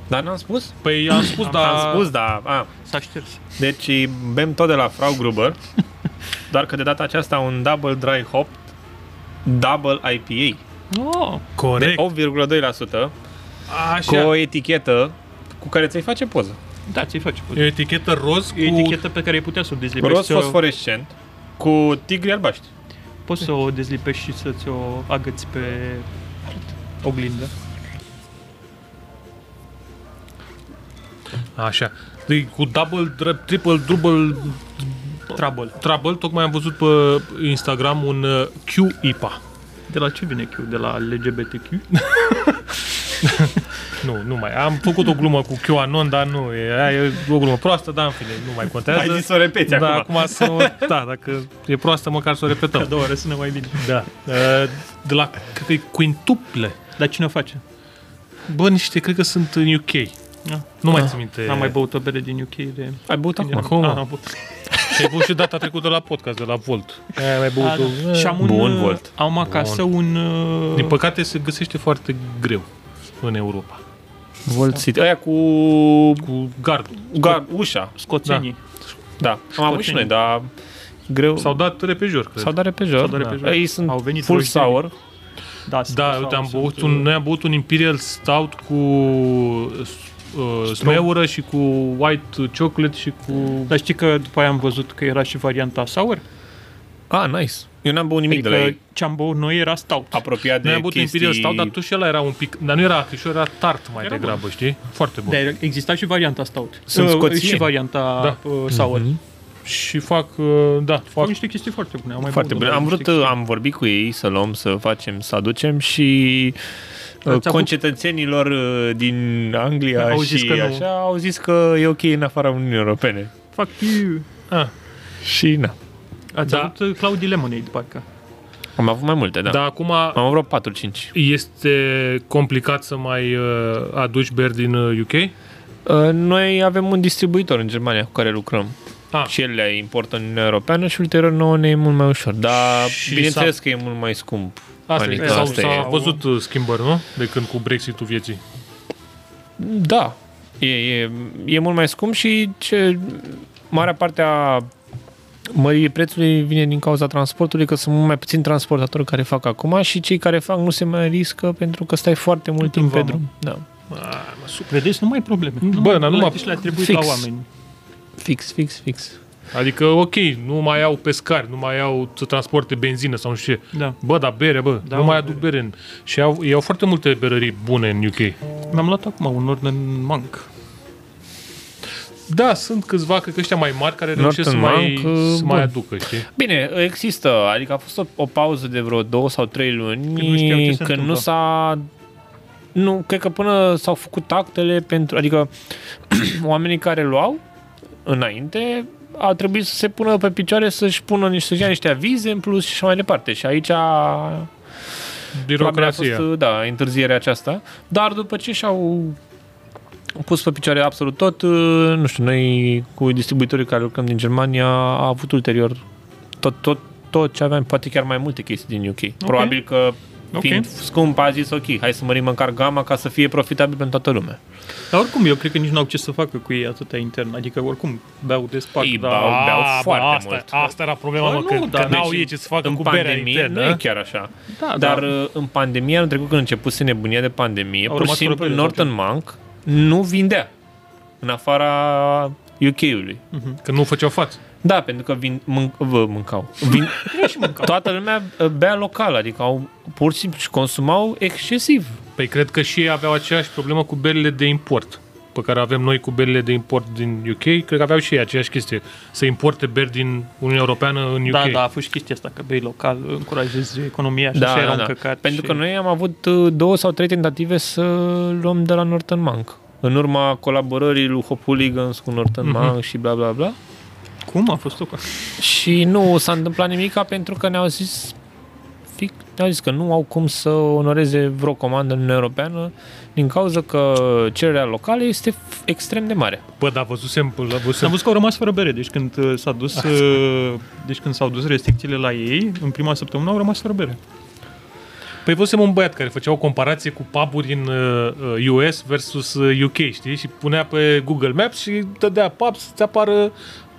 C: Dar n-am spus?
A: Păi am spus, dar...
C: Am spus, da. A.
B: S-a șters.
C: Deci bem tot de la Frau Gruber, doar că de data aceasta un double dry hop, double IPA,
B: Oh,
C: de
A: Corect.
C: 8,2%, cu
A: Așa.
C: o etichetă cu care ți-ai face poză.
B: da, ți-ai face. poze.
A: E o etichetă roz cu...
B: E eticheta pe care ai putea să o dezlipești.
C: Roz
B: să o-
C: fosforescent, cu tigri albaștri.
B: Poți să o dezlipești și să-ți o agăți pe oglindă.
A: Așa. E cu double, dra- triple, double,
B: Trouble.
A: trouble. Tocmai am văzut pe Instagram un uh, Q-IPA.
B: De la ce vine Q? De la LGBTQ?
A: Nu, nu mai. Am făcut o glumă cu QAnon, dar nu, e, aia e o glumă proastă, dar în fine, nu mai contează.
C: Ai zis să o repeți
A: da,
C: acum.
A: acum să o, da, dacă e proastă, măcar să o
B: A
A: repetăm.
B: doua oară Da, sună mai bine.
A: Da. Uh, De la, cred că e quintuple.
B: Dar cine o face?
A: Bă, niște, cred că sunt în UK.
B: Ah.
A: Nu mai țin minte.
B: N-am mai băut o bere din UK de...
C: Ai băut
A: Acum.
B: Ah, am băut.
A: Și ai băut și data trecută la podcast, de la Volt. Aia mai
B: A,
A: băut
B: da. Și am un,
C: Bun, Volt.
B: am acasă un... uh,
A: Din păcate se găsește foarte greu în Europa.
C: Volt City. Aia cu
A: Cu gardul.
C: gar, ușa.
B: Scoțenii.
C: Da. Am avut și noi, dar greu.
A: S-au dat repejor, cred.
C: S-au dat repejor.
B: S-au dat
C: Da.
B: repejor.
C: Ei sunt
B: Au venit
C: full
B: rușine.
C: sour.
B: Da,
A: Da,
B: sau-
A: uite, am
B: sau-
A: băut un, noi am băut un Imperial Stout cu uh, smeură și cu white chocolate și cu...
B: Dar știi că după aia am văzut că era și varianta sour?
C: Ah, nice. Eu n-am băut nimic de la
B: Adică
C: ei.
B: ce am băut noi era stout.
C: Apropiat de
A: Noi am avut
C: chestii...
A: Imperial Stout, dar tu și ăla era un pic... Dar nu era acrișor, era tart mai
B: Era
A: degrabă, știi? Foarte bun.
B: Dar exista și varianta stout.
C: Sunt
B: Uh,
C: scoțieni.
B: Și varianta
A: Da.
B: uh, sour. Mm-hmm.
A: Și fac, uh, da,
B: Fac
A: fac...
B: niște chestii foarte bune. Am mai
C: Foarte
B: băut
C: bun.
B: doar
C: Am
B: niște
C: vrut, am vorbit cu ei să luăm, să facem, să aducem și uh,
B: avut-
C: concetățenilor uh, din Anglia
B: Au
C: și
B: zis că nu.
C: așa au zis că e ok în afara Uniunii Europene.
B: Fuck you.
A: Ah,
C: Și na.
B: Ați
A: Da.
B: da. avut uh, Claudii Lemonade, parcă.
C: Am avut mai multe, da.
A: dar acum
C: Am avut vreo 4-5.
A: este complicat să mai uh, aduci beri din uh, UK?
C: Uh, Noi avem un distribuitor în Germania cu care lucrăm.
A: Ah.
C: Și el le importă în Uniunea Europeană și ulterior nouă ne e mult mai ușor. Dar
A: Și
C: bineînțeles că e mult mai scump.
A: Asta,
C: Adică
A: e, s-au,
C: asta
A: s-au
C: e.
A: văzut uh, schimbări, nu? De când cu Brexit-ul vieții.
C: Da, e, e, e mult mai scump și ce, marea parte a măririi prețului vine din cauza transportului, că sunt mult mai puțini transportatori care fac acum și cei care fac nu se mai riscă pentru că stai foarte mult
B: În
C: timp pe
B: vamă.
C: drum. Da.
B: Vedeți, nu mai e probleme. Nu
A: Bă,
B: mai-
A: dar nu
B: la-
A: mă-
B: Deci le-a trebuit
C: fix.
B: la oameni.
C: Fix, fix, fix.
A: Adică, ok, nu mai au pescari, nu mai au să transporte benzină sau nu știu ce.
B: Da.
A: Bă, dar bere, bă,
B: Da,
A: da, nu
B: mă,
A: mai aduc bere. în... Și au, ei au foarte multe berării bune în UK.
B: Mi-am luat acum un Northern Monk.
A: Da, sunt câțiva, cred că ăștia mai mari, care
C: Norton
A: reușesc să mai,
C: Monk, uh,
A: să mai
C: bun.
A: aducă, știi?
C: Bine, există, adică a fost o, o pauză de vreo două sau trei
B: Când nu
C: luni
B: știau ce se
C: când, când nu
B: întâmplă.
C: s-a... Nu, cred că până s-au făcut actele pentru... Adică oamenii care luau înainte au trebuit să se pună pe picioare să-și pună niște, să-și ia niște avize în plus și așa mai departe. Și aici a- probabil a fost,
A: Birocrația.
C: da, întârzierea aceasta. Dar după ce și-au pus pe picioare absolut tot, uh, nu știu, noi cu distribuitorii care lucrăm din Germania a avut ulterior tot, tot, tot ce aveam, poate chiar mai multe chestii din UK. Okay. Probabil că
B: Ok.
C: fiind scump a zis ok, hai să mărim măcar gama ca să fie profitabil pentru toată lumea.
B: Dar oricum, eu cred că nici nu au ce să facă cu ei atâta intern. Adică, oricum, beau de da, spart,
C: Ei,
B: dar...
C: beau-
A: A,
C: beau
A: Ah, bă,
C: foarte
A: asta,
C: mult.
A: Asta era problema,
B: Bă,
A: mă,
B: nu,
A: că,
B: dar
A: că n-au
B: deci
A: ei ce să facă
C: în
A: cu berea
C: pandemie nu
A: internă.
C: e chiar așa.
B: Da,
C: Dar
B: da.
C: uh, în pandemie, anul trecut când a început să nebunia de pandemie,
B: Au
C: pur și
B: rămas
C: simplu
B: europene,
C: Norton Monk nu vindea în afara UK-ului.
A: Că nu făceau față.
C: Da, pentru că vin, mânc, vă, mâncau. Vin, toată lumea uh, bea local, adică au, pur și simplu și consumau excesiv.
A: Păi cred că și ei aveau aceeași problemă cu berile de import pe care avem noi cu berile de import din UK, cred că aveau și ei aceeași chestie. Să importe beri din Uniunea Europeană în UK.
B: Da, da, a fost și chestia asta, că bei local, încurajezi economia și
C: Da,
B: așa era
C: da,
B: un
C: da.
B: căcat.
C: Pentru
B: și...
C: că noi am avut uh, două sau trei tentative să luăm de la Norton Monk. În urma colaborării lui Hopooligans cu Norton
B: Mhm.
C: Monk și bla bla bla.
B: Cum a fost o
C: Și nu s-a întâmplat nimica pentru că ne-au zis fic, ne-au zis că nu au cum să onoreze vreo comandă în Uniunea Europeană din cauza că cererea locală este f- extrem de mare.
A: Bă, da, văzusem,
B: Am
A: văzusem
B: văzut că au rămas fără bere, deci când uh, s-a dus, uh, deci când s-au dus restricțiile la ei, în prima săptămână au rămas fără bere.
A: Păi văzusem un băiat care făcea o comparație cu puburi în uh, uh, US versus uh, UK, știi? Și punea pe Google Maps și dădea pubs să-ți apară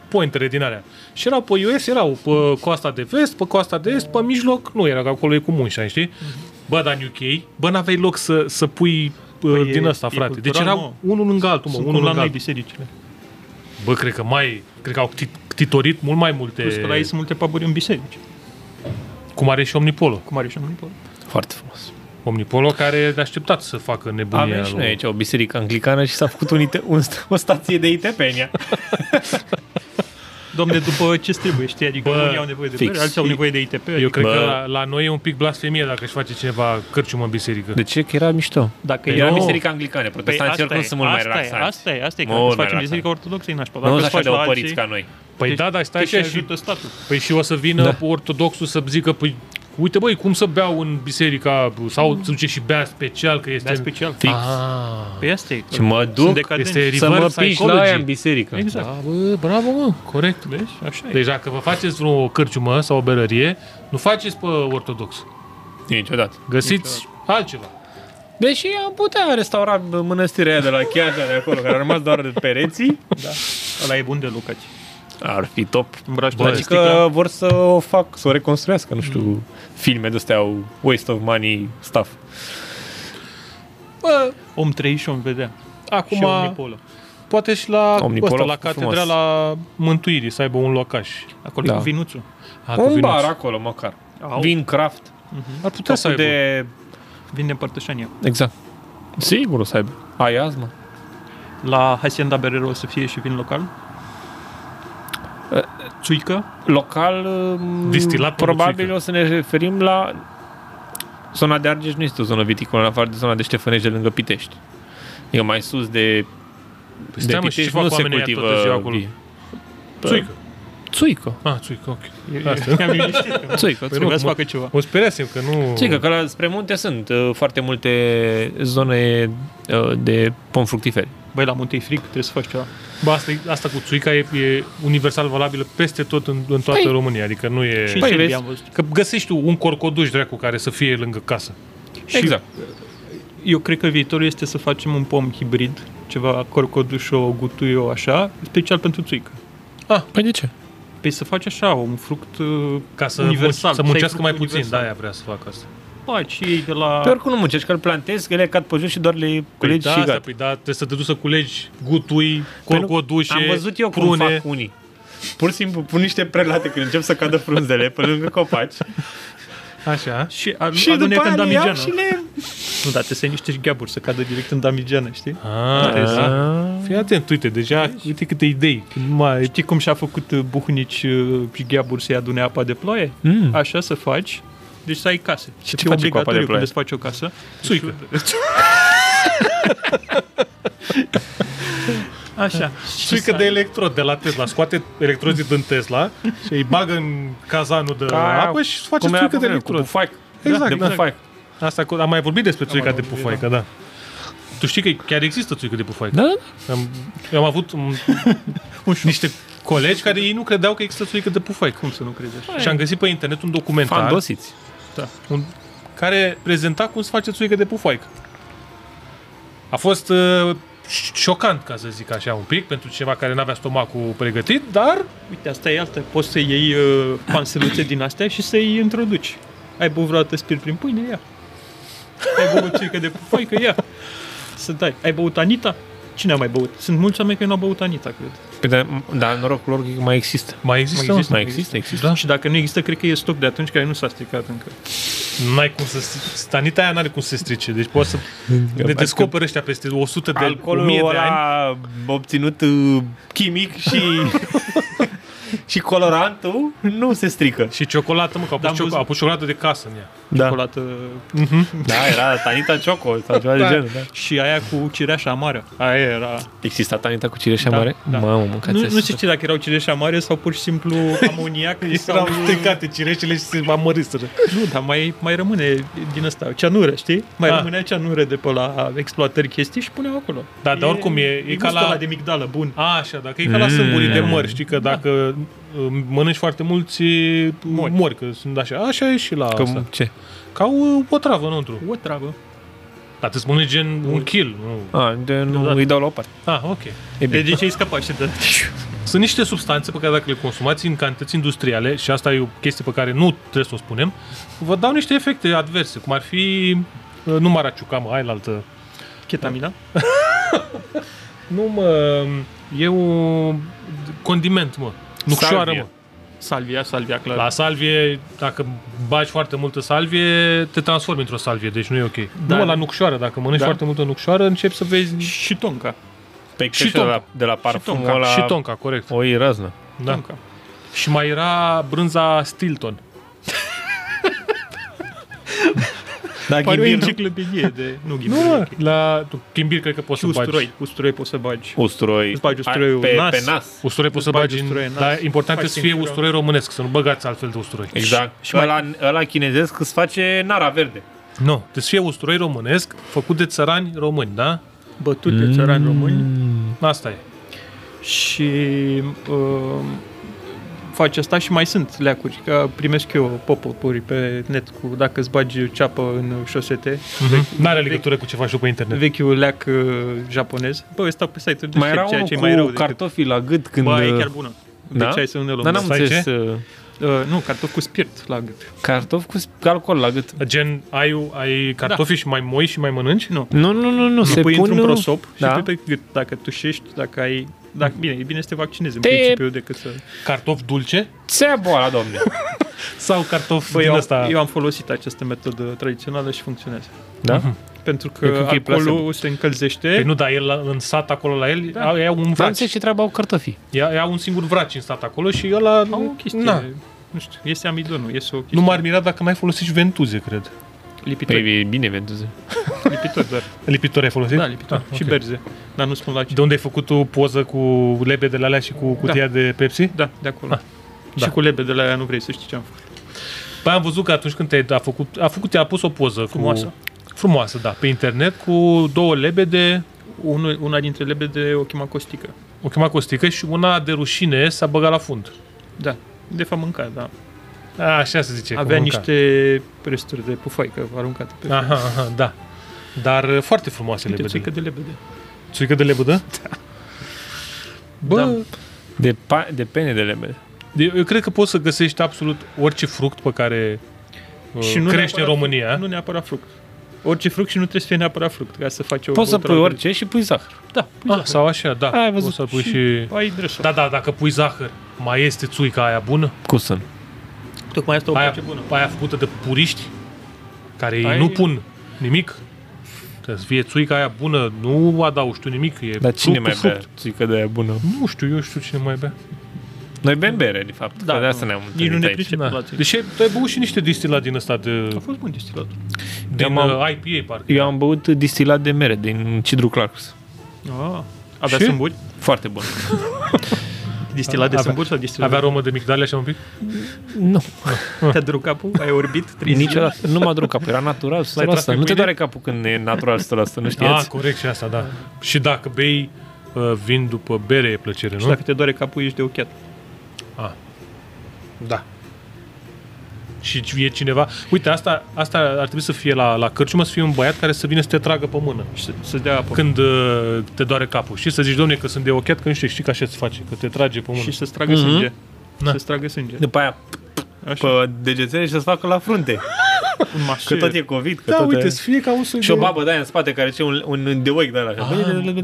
A: pointere din alea. Și erau pe US, erau pe coasta de vest, pe coasta de est, pe mijloc, nu era, că acolo e cu munșa, știi? Bă, dar în UK, bă, n-aveai loc să, să pui uh,
B: Păi e-
A: din ăsta,
B: e
A: frate. Deci
B: cultural,
A: erau unul lângă altul, mă,
B: Sunt
A: unul
B: unul la
A: lângă
B: noi
A: altul.
B: bisericile.
A: Bă, cred că mai, cred că au tit- titorit mult mai
B: Plus
A: multe,
B: că la ei sunt multe puburi în biserici,
A: cum are și Omnipolo.
B: cum are și în Nipol.
C: Foarte frumos.
A: Omnipolo care de așteptat să facă nebunia.
C: Avem și
A: lui-
C: noi aici o biserică anglicană și s-a făcut un ite- un, o stație de ITP în ea.
B: Domne, după ce trebuie, știi, adică
A: Bă,
B: unii au nevoie de
C: fix.
B: bere, alții au nevoie de ITP,
A: Eu
B: adică
A: cred
C: Bă.
A: că la, la noi e un pic blasfemie dacă își face cineva cărciumă în biserică.
C: De ce? Că era mișto. Păi
B: dacă
C: Era
B: eu-
C: biserica anglicană,
B: Păi
C: protestanții oricum
B: e,
C: sunt mult mai
B: asta e,
C: relaxați.
B: Asta e, asta e, că
C: Mult
B: dacă
C: mai
B: facem
C: relaxați.
B: biserica ortodoxă e nașpa.
C: Nu
B: Dacă
C: sunt
B: îți
C: așa
B: faci
C: de
B: la
C: opăriți
B: alții,
C: ca noi.
A: păi
B: deci
A: da, dar stai
B: te și
A: așa și...
B: ajută statul.
A: Păi și o să vină da. ortodoxul să zică, păi uite băi, cum să beau în biserica sau se duce și bea special, că este...
B: Da, special.
C: Fix.
A: Ah,
B: Pe Păi asta e.
C: Și mă
B: Sunt
C: duc
B: decadenți.
A: este
C: să mă
A: reverse
C: piș la
A: psychology.
C: aia în biserică.
B: Exact.
A: da, bă, bravo, mă, corect.
B: Vezi? Așa e.
A: Deci dacă vă faceți vreo cărciumă sau o berărie, nu faceți pe ortodox.
C: Niciodată.
A: Găsiți altceva.
C: Deși am putea restaura mănăstirea aia de la Chiaja de acolo, care a rămas doar de pereții.
B: Da. Ăla e bun de locaci.
C: Ar fi top.
B: Îmbraci
A: Bă,
B: la
C: Adică
B: sticla.
C: vor să o fac, să o reconstruiască, nu știu, filme de-astea au waste of money stuff.
A: Bă,
B: Om trei și om vedea.
A: acum...
B: Și omnipolă.
A: Poate și la
C: Omnipolă,
A: ăsta, la
C: frumos.
A: Catedrala Mântuirii să aibă un locaș.
B: Acolo
C: Da.
B: e cu vinuțul.
A: A, cu
C: Un
A: vinuț.
C: bar acolo măcar.
B: Au. Mhm.
C: Vin craft.
A: Ar putea să aibă. De...
C: de...
B: Vine părtășania.
C: Exact. Sigur o să aibă. Ai astmă?
B: La Hacienda Berero o să fie și vin local. Țuică.
C: Local, m,
A: Distilat pe
C: probabil
A: lucică.
C: o să ne referim la... Zona de Argeș nu este o zonă viticolă, în afară de zona de Ștefănești de lângă Pitești. Adică mai sus de,
A: Păi
C: de
A: stai, mă, și ce
C: Pitești
A: fac
C: nu se
A: oamenii aia toată
C: cultivă
A: ziua acolo? Păi.
C: vii.
A: Țuică.
C: Țuică.
A: Ah, țuică, ok.
B: I-am liniștit.
C: Țuică, țuică.
B: Trebuia să
A: Da. Păi mă-
B: facă ceva.
A: Mă speriasem că nu...
C: Țuică, că la, spre munte sunt uh, foarte multe zone uh, de pom fructiferi.
B: Băi, la munte e frig, trebuie să faci ceva.
A: Bă, asta, e- asta cu țuica e, e universal valabilă peste tot în, în toată
C: Păi-
A: România. Adică nu e...
B: Și
C: Păi,
B: în Serbia
C: vezi.
B: am văzut.
A: Că găsești tu un corcoduș dracu care să fie lângă casă.
B: Și
C: exact.
B: Eu cred că viitorul este să facem un pom hibrid, ceva corcodușo, gutuio, așa, special pentru țuică.
C: Păi de ce?
B: Păi să faci așa, un fruct uh,
A: Ca să,
B: universal.
A: mun- să muncească
C: Păi,
A: mai
B: ai fruct
A: puțin.
B: universal.
A: Da, aia vrea să facă asta.
B: Faci și ei de la...
C: Pe oricum nu muncești, că îl plantezi, că le cad pe jos și doar le
A: Păi
C: culegi
A: da,
C: și
A: asta,
C: gata.
A: păi da, trebuie să te duci să culegi gutui,
C: Păi nu,
A: corcodușe,
C: Am văzut eu
A: prune.
C: cum fac unii. Pur și simplu pun niște prelate când încep să cadă frunzele pe lângă copaci
A: Așa.
B: Și, a,
C: și după aia
B: în
C: le iau
B: damigeană.
C: și le...
B: Nu, dar trebuie să iei niște gheaburi, să cadă direct în damigeană, știi?
A: Ah,
C: Da.
A: exact. Fii atent, uite, deja,
C: Deci-
A: uite câte idei. Când Mai...
B: Știi cum și-a făcut uh, Buhnici uh, și gheaburi să-i adune apa de ploaie?
C: Mm.
B: Așa să faci, deci să ai case.
C: Și ce
B: E
C: faci cu apa de
B: obligatoriu
C: ploaie?
B: când îți faci o casă.
A: Țuică.
B: Așa.
A: Și că de electrod de la Tesla. Scoate electrozii din Tesla și îi bagă în cazanul de
C: Ca-
A: apă și face
C: Cum era
A: țuică
C: cu
A: de
C: vremea, cu
A: electrod.
C: pufaic.
A: Exact,
C: de
A: exact.
C: pufaic.
A: Asta cu, am mai vorbit despre țuica
B: mai
A: de
B: vorbit,
A: pufaică, da. Tu știi că chiar există țuică de pufaică.
C: Da, da,
A: Am, eu am avut un, niște colegi care ei nu credeau că există țuică de pufaică.
B: Cum să nu crezi
C: Păi.
B: așa?
A: Și am găsit pe internet un
C: da.
A: documentar
C: Fandosiți.
A: un, care prezenta cum se face țuică de pufaică. A fost uh, ș- șocant, ca să zic așa, un pic, pentru cineva care n-avea stomacul pregătit, dar
B: Uite, asta e altă. Poți să iei uh, panseluțe din astea și să-i introduci. Ai băut vreodată spirit prin pâine? Ia. Ai băut țuică de pufaică? Ia. Să dai. Ai băut Anita? Cine a mai băut? Sunt mulți oameni care nu au băut Anita, cred.
C: Păi, dar, dar norocul lor că mai există.
A: mai există.
B: există?
A: mă?
C: Mai există, există.
A: Da.
B: Și dacă nu există, cred că e stoc de atunci care nu s-a stricat încă.
A: N-ai cum să... Stanita aia n-are cum să se strice, deci poți să ne descoperi ăștia peste 100
C: Da.
A: de, 1000
C: Alcoolul
A: de ani.
C: ăla obținut uh, chimic și și colorantul nu se strică.
A: Și ciocolată, mă, că au pus,
B: Dar am
A: cioc-
B: văzut-
A: au pus ciocolată de casă în ea.
C: Da.
B: Colată
C: Da, era Tanita Choco sau ceva de genul, da.
B: și aia cu cireașa amară. Aia era.
C: Exista Tanita cu cireșa
B: Da,
C: mare?
B: da.
C: Mamă, mâncați
B: Nu, nu se știe dacă erau cireașa amare sau pur și simplu amoniac sau...
A: stricate cireșele și se amăriseră.
B: Nu, dar mai, mai rămâne din asta ceanură, știi? Mai
A: Ah.
B: rămânea ceanură de pe la exploatări chestii și puneau acolo.
A: Da, dar oricum e- e ca
B: gustul
A: la-
B: ăla de migdală, bun.
A: A, așa, dacă e ca la sâmburii de mări, știi că dacă uh, mănânci foarte mulți uh,
B: Mori.
A: mori, că sunt așa. Așa e și la că... asta.
C: ce?
A: Ca o potravă înăuntru.
B: O travă.
A: Dar te spune gen un kill. Nu.
C: A, Ah, de, nu
B: Da.
A: Deodată.
C: îi dau la o parte.
A: Ah, ok.
C: E
B: De
C: bine.
B: deci ai scăpat și de...
A: Sunt niște substanțe pe care dacă le consumați în cantități industriale, și asta e o chestie pe care nu trebuie să o spunem, vă dau niște efecte adverse, cum ar fi uh, nu maraciuca, mă, hai la altă.
B: Chetamina.
A: Nu, mă, e un condiment, mă. Nucșoară,
C: Salvie.
A: mă.
B: Salvia, salvia, clar.
A: La salvie, dacă bagi foarte multă salvie, te transformi într-o salvie, deci nu e ok. Da.
B: Da.
A: Nu mă, la nucșoară, dacă mănânci
B: Da.
A: da. foarte multă nucșoară, începi să vezi...
B: Și tonca.
C: Pe
A: și
C: și de la,
A: tonca.
C: de la
A: tonca,
C: parfumul ăla
A: și tonca, corect.
C: o iei raznă.
A: Da.
B: Tonca.
A: Și mai era brânza Stilton.
C: Da,
B: Pare o
C: ghimbir, nu?
B: enciclopedie de... Nu
A: Nu,
B: ghimbir,
A: mă,
B: ok.
A: la tu, chimbir cred că poți
B: Și
A: să bagi.
B: usturoi. Usturoi poți să bagi.
C: Usturoi.
B: Îți bagi usturoiul
C: Ai-
B: în
C: pe,
B: nas.
C: pe nas.
A: Usturoi poți să
B: bagi
A: bagi, în,
B: usturoi în nas,
A: dar important
B: faci
A: e să fie
B: singură.
A: usturoi românesc, să nu băgați altfel de usturoi.
C: Exact. Și ăla, ăla chinezesc îți face nara verde.
B: Deci
A: Nu, trebuie să fie usturoi românesc, făcut de țărani români, da?
B: Bătut de țărani români.
A: Asta e.
B: și uh, faci asta și mai sunt leacuri, că primesc eu popopuri pe net cu dacă îți bagi ceapă în șosete,
A: Mhm. N-are legătură cu ce faci tu pe internet.
B: vechiul leac uh, japonez. Bă, ăsta pe site-ul de
C: Mai
B: șef,
C: era
B: ceea
C: unul
B: ce e
C: cu
B: mai rău decât...
C: cartofii la gât când...
B: Bă, e chiar bună.
C: Da?
B: Deci hai să nu ne luăm.
C: Dar n-am
A: Stai,
C: înțeles...
A: ce?
C: uh,
B: Uh, nu, cartof cu spirit la gât.
C: Cartof cu sp- alcool la
B: Adică
C: gât.
A: Gen, ai, ai cartofi și mai moi și mai mănânci?
B: Da. Nu.
C: Nu, nu, nu, nu,
B: Se
C: se
B: pui
C: pun...
B: într-un prosop
C: Da.
B: și pui pe gât. Dacă tușești, dacă ai... Dacă, bine, e bine să te vaccinezi în
C: Te-
B: principiu decât să...
A: Cartofi dulce?
C: Țea boala, domne.
A: Sau cartofi
B: Bă,
A: din
B: eu,
A: ăsta?
B: eu am folosit această metodă tradițională și funcționează.
C: Da?
B: Mhm. Pentru că
C: Cred că e
B: alcoolul
C: placebo.
B: se încălzește.
A: Păi nu, dar el, la- în sat acolo la el, da. au, iau un
C: Dar nu
A: vraci.
C: știu ce treabă au cartofii.
A: Ia, iau un singur vraci în stat acolo și ăla...
B: Au o chestie,
A: Na.
B: nu știu, este amidonul, este o chestie
A: Nu m-ar mira dacă n-ai folosit și ventuze, cred.
B: lipitor,
C: Păi e bine, ventuze.
B: lipitor doar.
A: Lipitor ai folosit? Ah,
B: Da, lipitor. și
A: ok.
B: berze, dar nu spun la ce.
A: De unde ai făcut o poză cu lebedele alea și cu cutia de Pepsi?
B: Da, de acolo.
A: Ah,
B: Și
A: da.
B: cu lebe de la aia nu vrei să știi ce am făcut.
A: Păi am văzut că atunci când te a făcut, a făcut, a pus o poză
B: Frumoasă.
A: Cu, frumoasă, da, pe internet cu două lebede,
B: Unul, una dintre lebe de o chema costică.
A: o chema costică și una de rușine s-a băgat la fund.
B: Da. De fapt mânca, da.
A: A, așa se zice. că
B: Avea
A: mânca.
B: niște resturi de pufaică aruncate pe
A: Aha, aha, da. Dar uh, foarte frumoase
B: Uite, țuică
A: lebedele.
B: de lebede.
A: Uh, Țuică de lebedă?
B: Bă,
A: Da.
C: De, pa- de pene de lemne.
A: Eu eu cred că poți să găsești absolut orice fruct pe care uh,
B: Și nu
A: crește în
B: neapărat-
A: România.
B: nu neapărat fruct. Orice fruct și nu trebuie să fie neapărat fruct, ca să faci o
C: Poți să
B: o
C: pui orice și pui zahăr.
B: Da, pui
A: ah, sau așa, da.
C: Ai văzut.
A: Poți să pui și...
B: Ai dresul.
A: Da, da, dacă pui zahăr, mai este țuica aia bună?
C: Cu sân.
B: Tocmai asta o
A: Da. aia,
B: face bună.
A: aia făcută de puriști care
B: Ai-
A: ei nu pun nimic. Trebuie să fie țuica aia bună, nu adaugi tu nimic, e
C: Dar
A: fruct
C: cine
A: cu
C: mai
A: fruct.
C: bea țuică de aia bună?
A: Nu știu, eu știu cine mai bea.
C: Noi bem bere, de
B: Da,
C: fapt. Da, că de asta
B: nu.
C: ne-am
B: Nici
C: întâlnit
B: nu ne
C: aici.
B: pricep. Ce
A: Da.
B: place.
A: Deși tu ai băut și niște distilat din ăsta de,
B: A fost bun destilatul.
A: din
C: am-
A: uh, IPA, parcă.
C: Eu am băut distilat de mere din Cidru Clarks.
B: Ah, avea
A: Și?
B: sâmburi?
C: Foarte bun.
B: Distilat de
A: Avea-
B: sâmburi sau distilat
A: Avea
B: de
A: romă de migdale așa un pic?
C: nu,
B: Te-a durut capul? Ai orbit? Trei zile?
C: niciodată. Nu m-a durut capul. Era natural,
A: L-ai tras
C: 100%.
A: pe
C: Nu te
A: pâine?
C: doare capul când e natural 100%, nu
A: Ah,
C: știați?
A: corect și asta, da. Și dacă bei uh, vin după bere, e plăcere,
B: Și
A: nu?
B: dacă te doare capul, ești de ochiat.
A: Da. Și e cineva... Uite, asta, asta ar trebui să fie la, la cărciumă, să fie un băiat care să vină să te tragă pe mână.
B: Și să- să-ți dea apă.
A: când uh, te doare capul și să zici, domne, că sunt de ochiat, că nu știu, știi că așa se face, că te trage pe mână.
B: Și
A: Și...
B: să-ți tragă sânge.
A: Da.
B: Să-ți tragă sânge.
C: După aia
B: Așa.
C: pe degetele și să-ți facă la frunte.
B: Un
C: Că
B: mașin.
C: tot e COVID, că tot e...
A: fie ca un soi
C: Și o babă Da, de aia în spate care ce un, un de ochi de ala.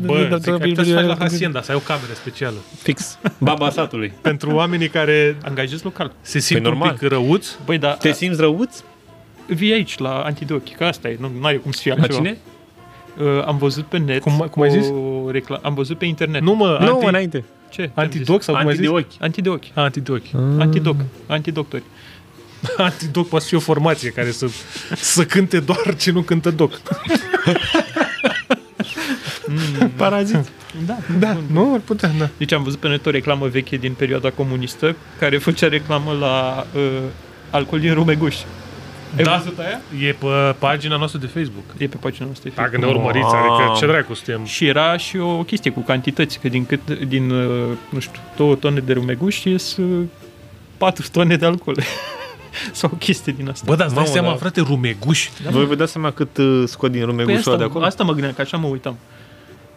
A: Bă, zic că trebuie să faci la Hacienda, să ai o cameră specială.
C: Fix. Baba satului.
A: Pentru oamenii care
B: Angajezi local.
A: se simt
C: Păi
A: un
C: normal.
A: pic răuți,
B: Băi, dar
C: Te simți răuț?
B: vii aici la antidochi, că asta e, nu are cum să fie
C: La
B: altceva.
C: cine?
B: Uh, am văzut pe net.
A: Cum- cum ai
B: o
A: zis?
B: recla- am văzut pe internet.
A: nu mă,
C: Nu,
A: anti,
C: înainte.
B: Ce?
A: antidoc sau cum ai
C: Anti
A: zis?
C: de ochi.
B: Antidochi.
A: Antidoc.
B: Antidoc. Antidoctori.
A: Antidoc poate să fie o formație care să, să cânte doar ce nu cântă doc.
C: Parazit.
B: Da.
A: Da, nu? Ar putea, da.
B: Deci am văzut pe net o reclamă veche din perioada comunistă care făcea reclamă la uh, alcool din rumeguș. Ai
A: Da.
B: văzut aia?
A: E pe pagina noastră de Facebook.
B: E pe pagina noastră. de
A: Dacă
B: Facebook.
A: ne urmăriți, adică ce dracu suntem.
B: Și era și o chestie cu cantități, că din cât, din, uh, nu știu, două tone de rumeguș ies uh, patru tone de alcool. Sau o chestie din asta.
A: Bă, dar îți dai
C: Mamă,
A: seama,
C: da.
A: frate, rumeguși.
C: Voi vă dați seama cât uh, scot din
B: Păi
C: rumegușul
B: asta,
C: ăla de acolo?
B: asta mă gândeam, că așa mă uitam.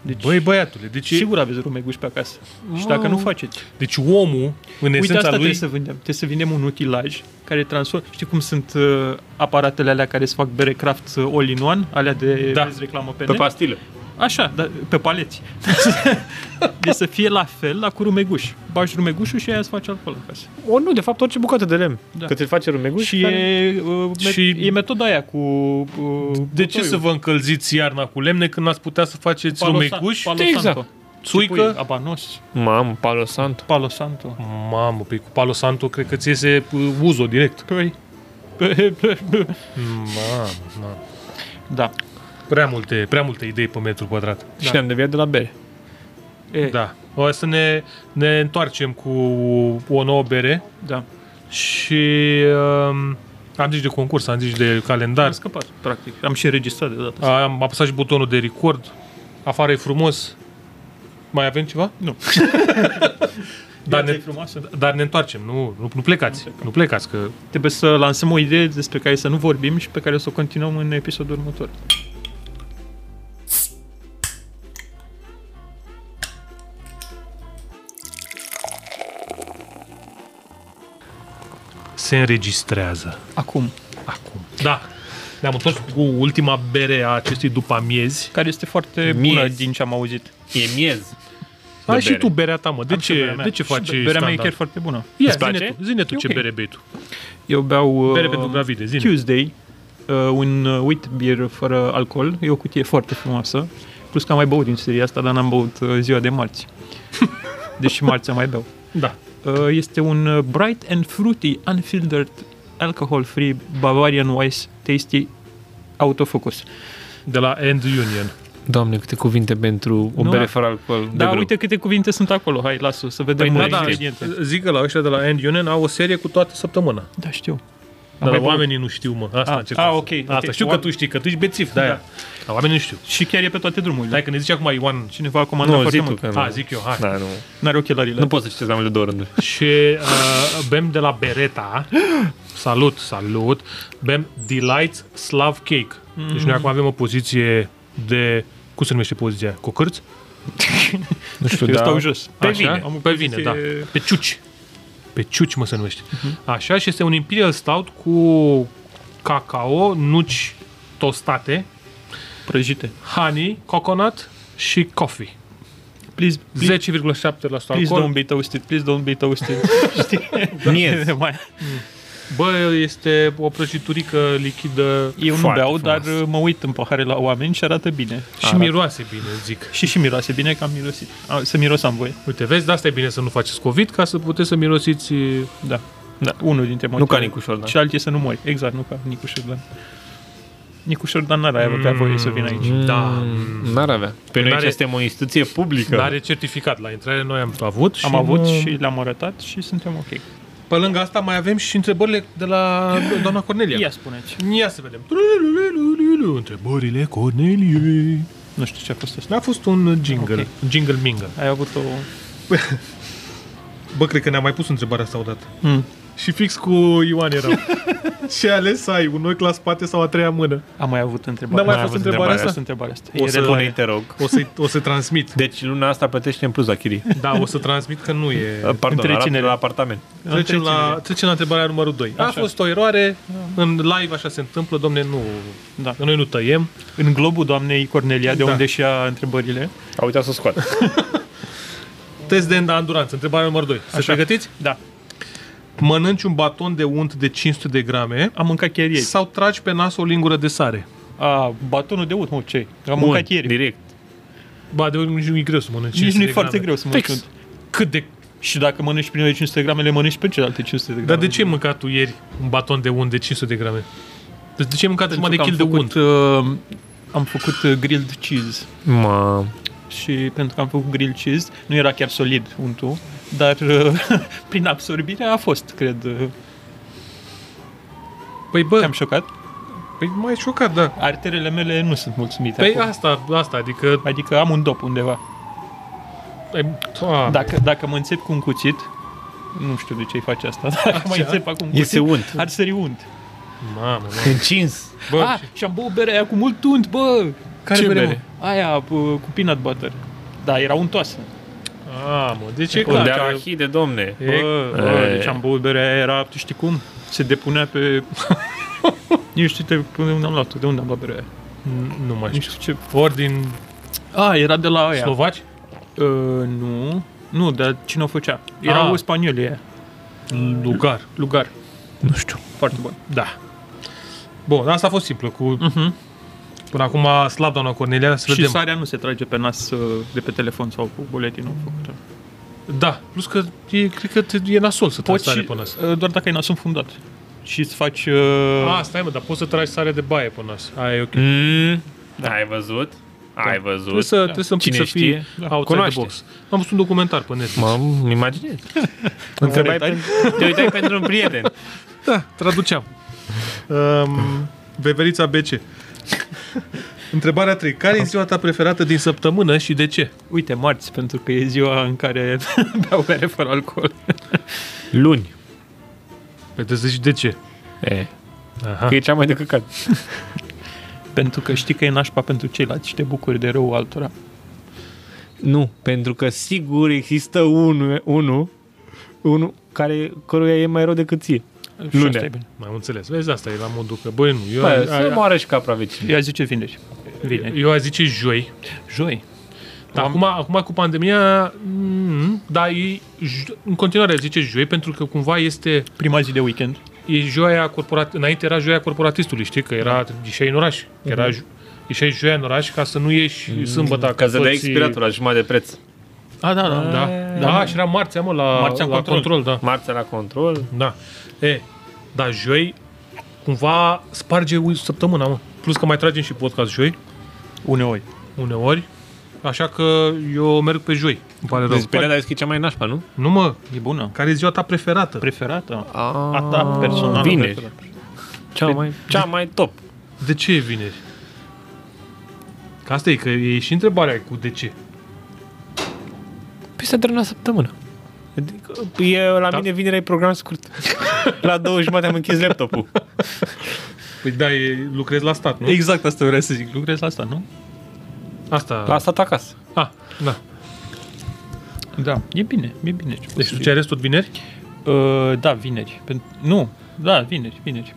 B: Deci,
A: Băi, băiatule, deci e-
B: sigur aveți rumeguș pe acasă. Și dacă nu faceți,
A: Deci omul, în
B: Uite, asta
A: esența lui...
B: trebuie să vindem. Trebuie să vindem un utilaj care transformă... Știi cum sunt uh, aparatele alea care îți fac bere craft uh, all-in-one? Alea de...
A: Da.
B: Vezi reclamă pe,
C: Pe
B: net?
C: pastilă.
B: Așa, da, pe paleți. de să fie la fel la cu rumeguș. Bagi rumegușul și aia îți face alcool acasă.
C: O, nu, de fapt, orice bucată de lemn.
B: Da.
C: Că ți-l face rumeguș
B: Și
C: care-
B: e, uh, met-
A: Și-
B: e metoda aia cu... Uh,
A: De ce să vă încălziți iarna cu lemne când ați putea să faceți rumeguși,
C: Exact.
A: țuică?
B: Adică- Abanos,
C: Mamă, palosanto.
B: palosanto.
A: Mamă, pe cu Palo Santo cred că ți iese uh, uzo direct.
B: Păi... Pe- pe- pe-
A: Mamă, mamă.
B: Da.
A: Prea multe, prea multe idei pe metru pătrat.
D: Și ne-am deviat de la bere.
B: E,
A: Da. O să ne, ne întoarcem cu o nouă bere
B: da.
A: și um, am zis de concurs, am zis de
B: Am
A: calendar,
B: scăpat, practic. Am și registrat de data asta.
A: am apăsat și butonul de record, afară e frumos. Mai avem ceva?
B: Nu. Da,
A: dar,
B: Viața e
A: ne,
B: frumoasă.
A: dar ne întoarcem, nu, nu, nu plecați, nu plecați, că
B: Trebuie să lansăm o idee despre care să nu vorbim și pe care să o continuăm în episodul următor.
A: se înregistrează
B: Acum,
A: acum. Da, ne-am întors cu ultima bere a acestui după amiezi.
B: care este foarte
D: Miez.
B: bună din ce am auzit.
D: E miez.
A: Ai și
D: bere.
A: tu berea ta, mă. De,
B: Am și
A: ce,
B: berea mea.
A: de ce
B: Și
A: faci
B: Berea mea e chiar
A: standard?
B: foarte bună.
A: Ia,
D: Îți
A: zine
D: place?
A: tu, zine tu
B: E
A: ce
B: ok.
A: bere bei tu.
B: Eu beau
A: Bere
B: uh,
A: pentru gravide, zine.
B: Tuesday, uh, un uh, wheat beer fără alcool. E o cutie foarte frumoasă. Plus că am mai băut din seria asta, dar n-am băut uh, ziua de marți. Deși marți mai beau.
A: Da.
B: Uh, este un uh, bright and fruity, unfiltered, alcohol-free Bavarian Weiss Tasty Autofocus.
A: De la End Union.
D: Doamne, câte cuvinte pentru o
B: Nu,
D: bere
B: da.
D: fără alcool.
B: Da,
D: greu.
B: uite câte cuvinte sunt acolo. Hai, lasă să vedem
D: Păi
B: păi,
D: da, da.
B: ingrediente.
A: Zic că la ăștia de la End Union au o serie cu toată săptămâna.
B: Da, știu.
A: Dar
B: mai
A: oamenii nu știu, mă. Asta
B: A,
A: încerc
B: a,
A: să-
B: ok,
A: Asta
B: ok.
A: știu că tu știi, că tu ești bețiv, da. Dar oamenii nu știu.
B: Și chiar e pe toate drumurile.
A: Hai că ne zice acum Ioan.
B: Cineva a comandat
D: Nu,
B: foarte
D: zi tu
B: mult.
D: că nu.
A: A, zic eu, hai.
D: Da, nu.
B: N-are ochelarile.
D: Nu poți să citești mai mult de două rânduri.
A: Și uh, bem de la Bereta. Salut, salut. Bem Delights Slav Cake. Deci noi acum avem o poziție de... Cum se numește poziția? Cu cârți?
D: Nu știu,
B: Eu
D: da.
B: stau jos.
A: Pe
B: Așa?
A: vine,
B: Am o
A: pe vine, da.
B: poziție-
A: Pe ciuci. Pe ciuci, mă, se numește. Așa, și este un Imperial Stout cu cacao, nuci tostate,
B: Prăjite.
A: honey, coconut și coffee.
B: Please, please,
A: 10,7%
B: please
A: alcool.
B: don't be toasted, please don't be toasted.
D: Miez.
B: Mai-
A: Bă, este o prăjiturică lichidă
B: Eu nu
D: Foarte
B: beau,
D: frumos.
B: dar uh, mă uit în pahare la oameni și arată bine.
A: și miroase bine, zic.
B: Și și miroase bine că am mirosit. A, să miros am voie.
A: Uite, vezi, de asta e bine să nu faceți COVID, ca să puteți să mirosiți...
B: Da. Da. Unul dintre motive.
D: Nu ca Nicușor, da.
B: Și alții să nu mori. Exact, nu ca Nicu Șordan. Nicu Șordan n-ar avea voie să vină aici.
A: Da.
D: Mm, N-ar avea. Pe noi
A: N-are-
D: aici suntem o instituție publică.
A: Dar e certificat la intrare, noi am avut și
B: Am avut
A: nu-
B: și le-am arătat și suntem ok.
A: Pe lângă asta mai avem și întrebările de la doamna Cornelia.
B: Ia spuneți.
A: Ia să vedem. Trulululululu, Întrebările Corneliei.
B: Nu știu ce a fost asta.
A: A fost un jingle. Okay. Jingle mingle.
B: Ai avut o...
A: Bă, cred că ne-am mai pus întrebarea asta odată.
B: Mm.
A: Și fix cu Ioan era. Ce ales ai? Un ochi la spate sau a treia mână?
B: Am mai avut
A: N-a
B: întrebarea.
A: mai
D: mai
A: fost
D: avut întrebarea
A: întrebarea
B: Asta
A: asta?
B: sunt întrebarea asta.
D: o
B: E
D: să
B: relare.
D: pune, te rog.
A: O să, o să transmit.
D: Deci luna asta plătește în plus la chirie.
A: Da, o să transmit că nu e...
B: Ă,
D: Uh, Pardon, la,
B: Întreținere.
D: la apartament.
A: Trecem la, trecem la întrebarea numărul 2. A
B: Așa.
A: fost o eroare. În live așa se întâmplă. Domne, nu...
B: Da.
A: Noi nu tăiem.
B: În globul doamnei Cornelia, de
A: Da.
B: unde și ia întrebările.
D: A uitat să o scoată.
A: Test de enduranță. Întrebarea numărul 2. Se
B: Așa.
A: pregătiți?
B: Da.
A: Mănânci un baton de unt de 500 de grame
B: Am mâncat chiar ieri.
A: sau tragi pe nas o lingură de sare?
B: A, batonul de unt, mă, ce? Am mâncat ieri.
D: direct.
A: Ba, de nici nu e greu să mănânci
B: Nici
A: 500
B: nu e
A: de
B: foarte
A: grame.
B: greu să mănânci
A: Fix.
B: unt.
A: Cât de...
B: Și dacă mănânci primele 500 de grame, le mănânci pe celelalte 500 de grame.
A: Dar de ce ai mâncat tu ieri un baton de unt de 500 de grame? Deci de ce ai mâncat
B: Pentru
A: jumătate de kil
B: că
A: de
B: am
A: unt?
B: făcut, uh, am făcut uh, grilled cheese.
D: Mă,
B: Și pentru că am făcut grill cheese, nu era chiar solid untul, dar uh, prin absorbire a fost, cred. Uh,
A: Păi bă,
B: Te-am șocat.
A: păi mai șocat, da.
B: Arterele mele nu sunt mulțumite
A: Păi
B: acum.
A: asta, asta, adică...
B: Adică am un dop undeva.
A: ai- Doamne.
B: Dacă, dacă mă înțep cu un cuțit, nu știu de ce-i face asta, dacă mă
A: Așa.
B: înțep acum cu un
D: Iese
B: cuțit,
D: unt.
B: ar sări unt.
A: Mamă, mamă.
D: încins.
A: Bă,
B: ah, și am băut berea aia cu mult unt, bă!
A: Care
D: ce
A: bere,
D: bere?
A: mă?
B: Aia bă, cu peanut butter. Da, era untoasă.
A: A, mă, deci
C: Păi,
A: e clar
D: Unde
A: că-
D: arahide, domne.
A: E-
B: Bă, bă,
D: E.
B: deci am băut berea aia, era, tu știi cum? Se depunea pe... Nici știu de unde am luat-o, de unde am luat berea aia.
A: Nu mai
B: Nu
A: știu.
B: știu ce...
A: Ori din
B: A, Ah, era de la aia. Slov...
A: slovaci?
B: Uh, nu, nu, dar cine o făcea? Era
A: Ah.
B: o spaniolie aia,
A: Lugar.
B: lugar.
D: Nu știu.
B: Foarte bun.
A: Da. Bun, asta a fost simplu. Cu... Până acum, slab doamna Cornelia, să
B: Și
A: vedem.
B: sarea nu se trage pe nas uh, de pe telefon sau cu buletinul făcut.
A: Da, plus că e, cred că te, e nasol să te
B: Poți
A: sare
B: și,
A: până asta.
B: uh, doar dacă ai nasul fundat. și îți faci... Uh,
A: A, Ah, stai mă, dar poți să tragi sare de baie până azi. Aia e ok.
C: Mm, Ai văzut? Ai văzut?
A: Trebuie să, trebuie să,
C: Cine
A: să fii
C: știe?
A: outside
C: Cunoaște.
A: the box. Am văzut un documentar pe net.
C: Mă îmi imaginez. Întrebai
B: Care
C: pentru- Te uitai pentru un prieten.
A: Da, traduceam. Um, veverița BC. Întrebarea 3. Care e ziua ta preferată din săptămână și de ce?
B: Uite, marți, pentru că e ziua în care beau bere fără alcool.
C: Luni.
A: Păi să și de ce.
C: E,
A: Aha.
C: că e cea mai de căcat.
B: pentru că știi că e nașpa pentru ceilalți și te bucuri de rău altora.
C: Nu, pentru că sigur există unul unu, unu care, căruia e mai rău decât ție.
B: Și
C: Lunea.
B: asta e bine.
A: Mai înțeles. Vezi, asta e la modul că, băi, nu, eu,
C: Bă,
A: ai,
C: să
A: ai,
C: moară și capra vecinului.
B: Ea zice vineri. Vineri.
A: eu aș zice joi.
B: Joi.
A: Dar acum, acum cu pandemia, mm, dar e, j- în continuare aș zice joi, pentru că cumva este
B: Prima zi de weekend.
A: e joia corporat... Înainte era joia corporatistului, știi? Că era ieșeai în oraș. Că Era ju- ieșeai joia în oraș ca să nu ieși sâmbătă.
C: Ca să dai
A: toți-
C: expiratul la jumătate de preț.
A: A, da, da. da. da. A, și era marțea, mă, la,
B: Marțea în
A: la
B: control.
A: control. da.
C: Marțea la control.
A: da. E, dar joi cumva sparge ui- săptămâna, mă. Plus că mai tragem și podcast joi,
B: Uneori.
A: uneori. Așa că eu merg pe joi. Îmi pare rău.
C: Deci perioada aia e cea mai nașpa, nu?
A: Nu, mă,
B: E bună.
A: care e ziua ta preferată?
B: Preferată? A
C: Ah.
B: ta personală.
C: vineri.
B: preferată.
C: da. Cea mai, cea mai top.
A: De ce e vineri? Că asta e, că e și întrebarea cu de ce.
C: Păi se termină săptămână. Adică, e, la da. mine vinerea e program scurt. la două jumate am închis laptopul.
A: Păi da, e, lucrezi la stat, nu?
B: Exact asta vreau să zic. Lucrez la asta, nu?
A: Asta.
C: La stat acasă.
A: A, da.
B: Da. E bine. E bine. Ce pot
A: Deci
B: să
A: tu
B: zic.
A: ce ai tot vineri?
B: Uh, da, vineri. Pen- nu, da, vineri, vineri.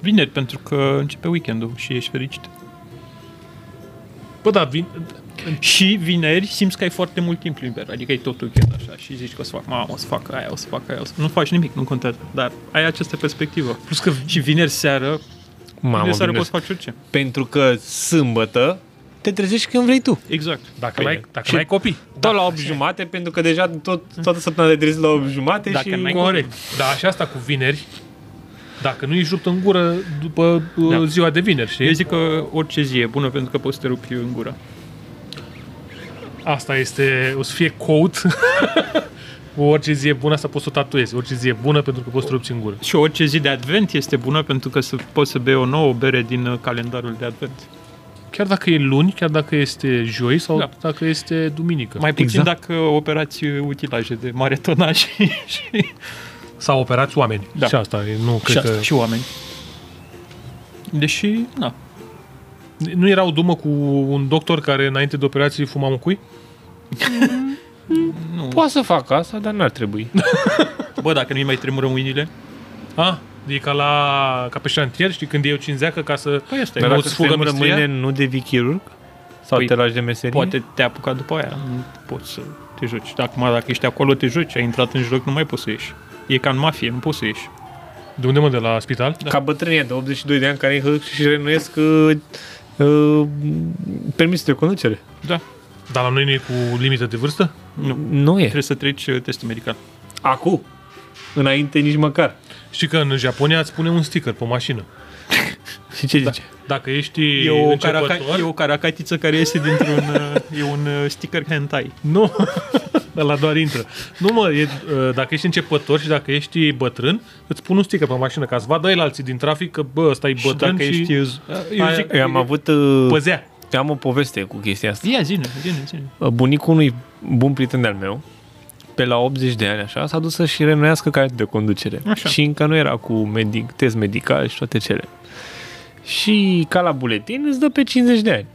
B: Vineri, pentru că începe weekendul și ești fericit.
A: Bă, da, vin...
B: Și vineri simți că ai foarte mult timp liber, adică e tot weekend așa și zici că o să fac mamă, o să fac aia, o să fac aia, o să... nu faci nimic, nu contează, dar ai această perspectivă.
A: Plus că
B: Și vineri seară,
C: Mamă,
B: vineri seară
C: vineri.
B: poți face orice.
C: Pentru că sâmbătă te trezești când vrei tu.
B: Exact.
A: dacă
C: Păi,
A: n-ai, dacă
C: și-
A: n-ai copii. Da,
C: Tot la 8 jumate, pentru că deja tot, toată săptămâna te trezi la 8 jumate
B: Dacă
C: și...
B: n-ai
A: Corect. Dar și asta cu vineri, dacă nu ești rupt în gură după uh,
B: Da.
A: ziua de vineri, știi?
B: Eu zic că orice zi e bună pentru că poți să te rupi în gură.
A: Asta este, o să fie quote. orice zi e bună, asta poți să o tatuezi. Orice zi e bună pentru că poți să te rupți în gură.
B: Și orice zi de advent este bună pentru că să, poți să bei o nouă bere din uh, calendarul de advent.
A: Chiar dacă e luni, chiar dacă este joi sau
B: Da.
A: dacă este duminică.
B: Mai puțin da.
C: Exact.
B: dacă operați uh, utilaje de mare tonaj și, și,
A: Sau operați oameni.
B: Da.
A: Și asta e, nu
B: și,
A: cred
B: asta,
A: că...
B: și oameni. Deși, na,
A: Nu era o dumă cu un doctor care înainte de operație fuma un cui?
B: nu.
C: Poate să fac asta, dar n-ar trebui.
B: Bă, dacă nu-i mai tremură mâinile,
A: A, e ca, la, ca pe șantier, știi, când iei o cinzeacă ca să...
B: păi asta
A: Dar
B: e.
A: dacă
C: Dar
A: îți
C: dacă
A: fugă
C: fugă
A: mistria?
C: mâine nu devii chirurg? Sau
B: Păi,
C: te lași de meserie?
B: Poate te-a apucat după aia, nu poți să te joci. Dacă, acum, dacă ești acolo, te joci, ai intrat în joc, nu mai poți să ieși. E ca în mafie, nu poți să ieși.
A: De unde mă, de la spital?
C: Ca bătrânia de 82 de ani care hă- și renuiesc uh, uh, permisul de conducere.
B: Da,
A: Dar la noi nu e cu limită de vârstă?
B: nu.
C: Nu e.
B: Trebuie să treci uh, testul medical.
C: Acum. Înainte nici măcar.
A: Știi că în Japonia îți pune un sticker pe mașină.
C: Și ce zice?
A: Dacă ești
B: E o, caraca-
A: începător...
B: e o caracatiță care iese dintr-un... uh, e un uh, sticker hentai.
A: Nu, la doar intră. Nu mă, e, uh, dacă ești începător și dacă ești bătrân, îți pun un sticker pe mașină ca să vadă el alții din trafic că, bă, ăsta e
B: și
A: bătrân
B: dacă
A: și,
B: ești... Eu
A: Aia-
B: zic,
C: Eu am avut... Uh,
A: păzea.
C: am o poveste cu chestia asta. Uh,
B: Ia, zine, zine, zine.
C: bunicul unui bun prieten de-al meu, pe la 80 de ani așa, s-a dus să-și renuiască cartea de conducere.
B: Așa.
C: Și încă nu era cu medic, test medical și toate cele. Și ca la buletin îți dă pe 50 de ani.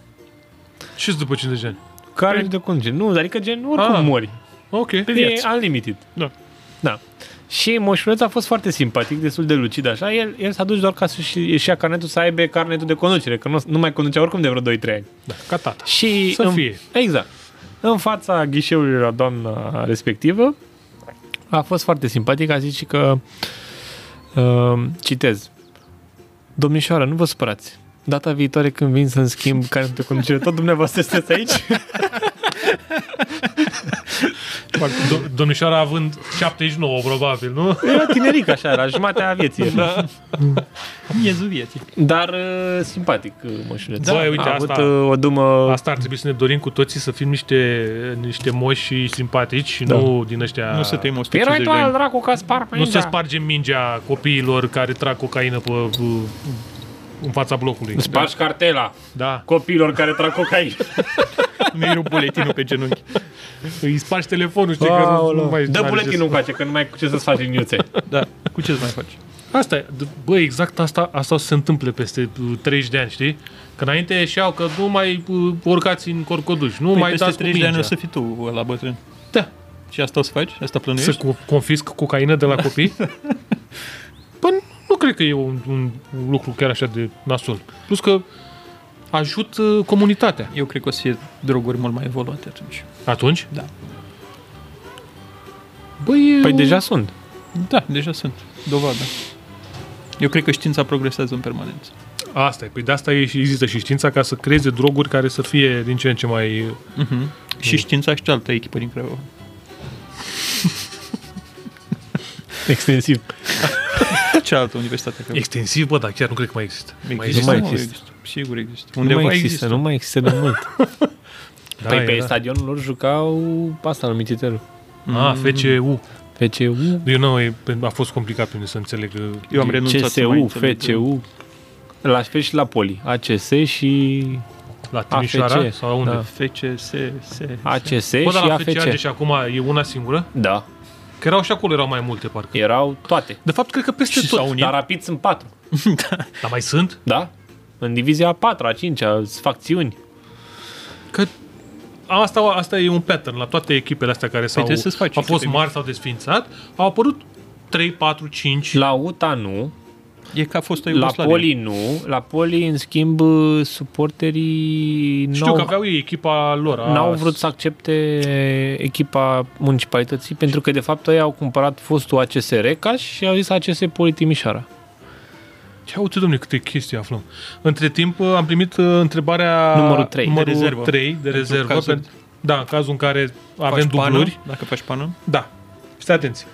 A: ce după 50 de ani?
C: Care de conducere? Nu, adică gen oricum
A: Ah.
C: mori.
A: Ok.
C: E unlimited.
A: Da.
C: Da. Și moșuleț a fost foarte simpatic, destul de lucid așa. El, el s-a dus doar ca să-și își ia carnetul, să aibă carnetul de conducere, că nu, nu mai conducea oricum de vreo 2-3 ani.
A: Da, ca tata.
C: Și
A: Să
C: în,
A: fie.
C: Exact. În fața ghișeului la doamna respectivă a fost foarte simpatic, a zis și că uh, citez. Domnișoară, nu vă supărați. Data viitoare când vin să-mi schimb care de conducere, tot dumneavoastră sunteți aici?
B: Foarte bine.
A: Do- domnișoara având 79, probabil, nu?
C: Era tineric așa, la jumătatea vieții. Era.
B: Miezul vieții.
C: Dar uh, simpatic uh, mășuleț.
A: Da, Băi, uite,
C: a avut
A: asta-
C: uh, o dumă...
A: Asta ar trebui să ne dorim cu toții, să fim niște, niște moși și simpatici și da. nu din ăștia...
B: Nu să te emoți
E: Păi erai
B: 50
E: tu
B: de ani.
E: al dracu ca spar pe
A: nu
E: aici.
A: să spargem mingea copiilor care trag cocaină pe, pe, în fața blocului.
E: Spargi cartela
A: Da.
E: copiilor care trag cocaină.
B: Nu-i rup buletinul pe genunchi.
A: Îi spargi telefonul, știi că nu, nu mai
E: Dă
A: n-are ce
E: buletinul încoace, că nu mai ai cu ce să-ți faci liniuțe.
B: Da, cu ce mai faci?
A: să- Asta e, d- bă, exact asta, asta o să se întâmple peste uh, 30 de ani, știi? Că înainte ieșeau că nu mai uh, urcați în corcoduș, nu
B: Păi
A: mai
B: peste
A: dați cu
B: 30 de ani
A: mingea.
B: o să fii tu la bătrân.
A: Da.
B: Și asta o să faci? Asta
A: Să
B: plănuiești?
A: cu- confisc cocaină de la copii? Bă, nu- nu cred că e un, un lucru chiar așa de nasol. Plus că ajut uh, comunitatea.
B: Eu cred că o să fie droguri mult mai evoluate atunci.
A: Atunci?
B: Da.
A: Băi, e
C: Păi
A: un-
C: deja sunt.
B: Da, deja sunt. Dovadă. Eu cred că știința progresează în permanență.
A: Asta e, păi de asta e și există și știința ca să creeze droguri care să fie din ce în ce mai...
C: Mhm.
B: Uh-huh.
C: Mm.
B: Și știința și cealaltă echipă din Craiova.
C: Extensiv.
B: Cealaltă universitate Craiova.
A: Extensiv, bă, dar chiar nu cred că mai există. Mai
C: există?
B: mă,
C: Nu mai există.
B: Sigur există.
C: Nu
B: Undeva
C: mai există, nu mai există de mult.
A: Da,
C: Păi pe
A: era.
C: stadionul lor jucau asta, numititelul.
A: da. A, FCU.
C: FCU,
A: Eu nu, e- a fost complicat pentru mine să înțeleg. uh, că-
B: Eu am renunțat să mai
C: CSU,
B: înțeleg.
C: FCU. La fel și la Poli. ACS și
A: La Timișoara?
C: AFC,
A: Sau unde?
C: da.
B: FCS, S.
C: ACS
A: Bă,
C: și
A: dar la FC
C: AFC.
A: Argeș acum e una singură?
C: Da,
A: Că erau și acolo, erau mai multe, parcă.
C: erau toate.
A: De fapt, cred că peste
B: Și
A: tot.
B: s-au unit.
C: Dar rapid sunt patru.
A: Dar mai sunt?
C: Da? În divizia a patra, a cincea, sunt facțiuni.
A: Că asta, asta e un pattern la toate echipele astea care s-au,
B: Păi trebuie să-ți faci
A: au fost
B: echipe.
A: mari, s-au desfințat. Au apărut 3, 4, 5.
C: La UTA nu,
B: E ca fost o
C: la
B: Iugoslavie.
C: Poli nu, la Poli, în schimb, suporterii
A: Știu
C: n-au,
A: că aveau ei echipa lor. a-
C: n-au vrut să accepte echipa municipalității, pentru că, de fapt, ei au cumpărat fostul ACS Recaș și au zis ACS Poli Timișoara.
A: Ce auzi, domne, câte chestii aflăm. Între timp am primit uh, întrebarea
C: Numărul trei.
A: numărul
B: De rezervă.
A: 3 de rezervă.
B: cazul-
A: pentru- Da, în cazul în care avem
B: Faci pană,
A: dubluri.
B: Dacă faci pană,
A: Da. Stai atenție.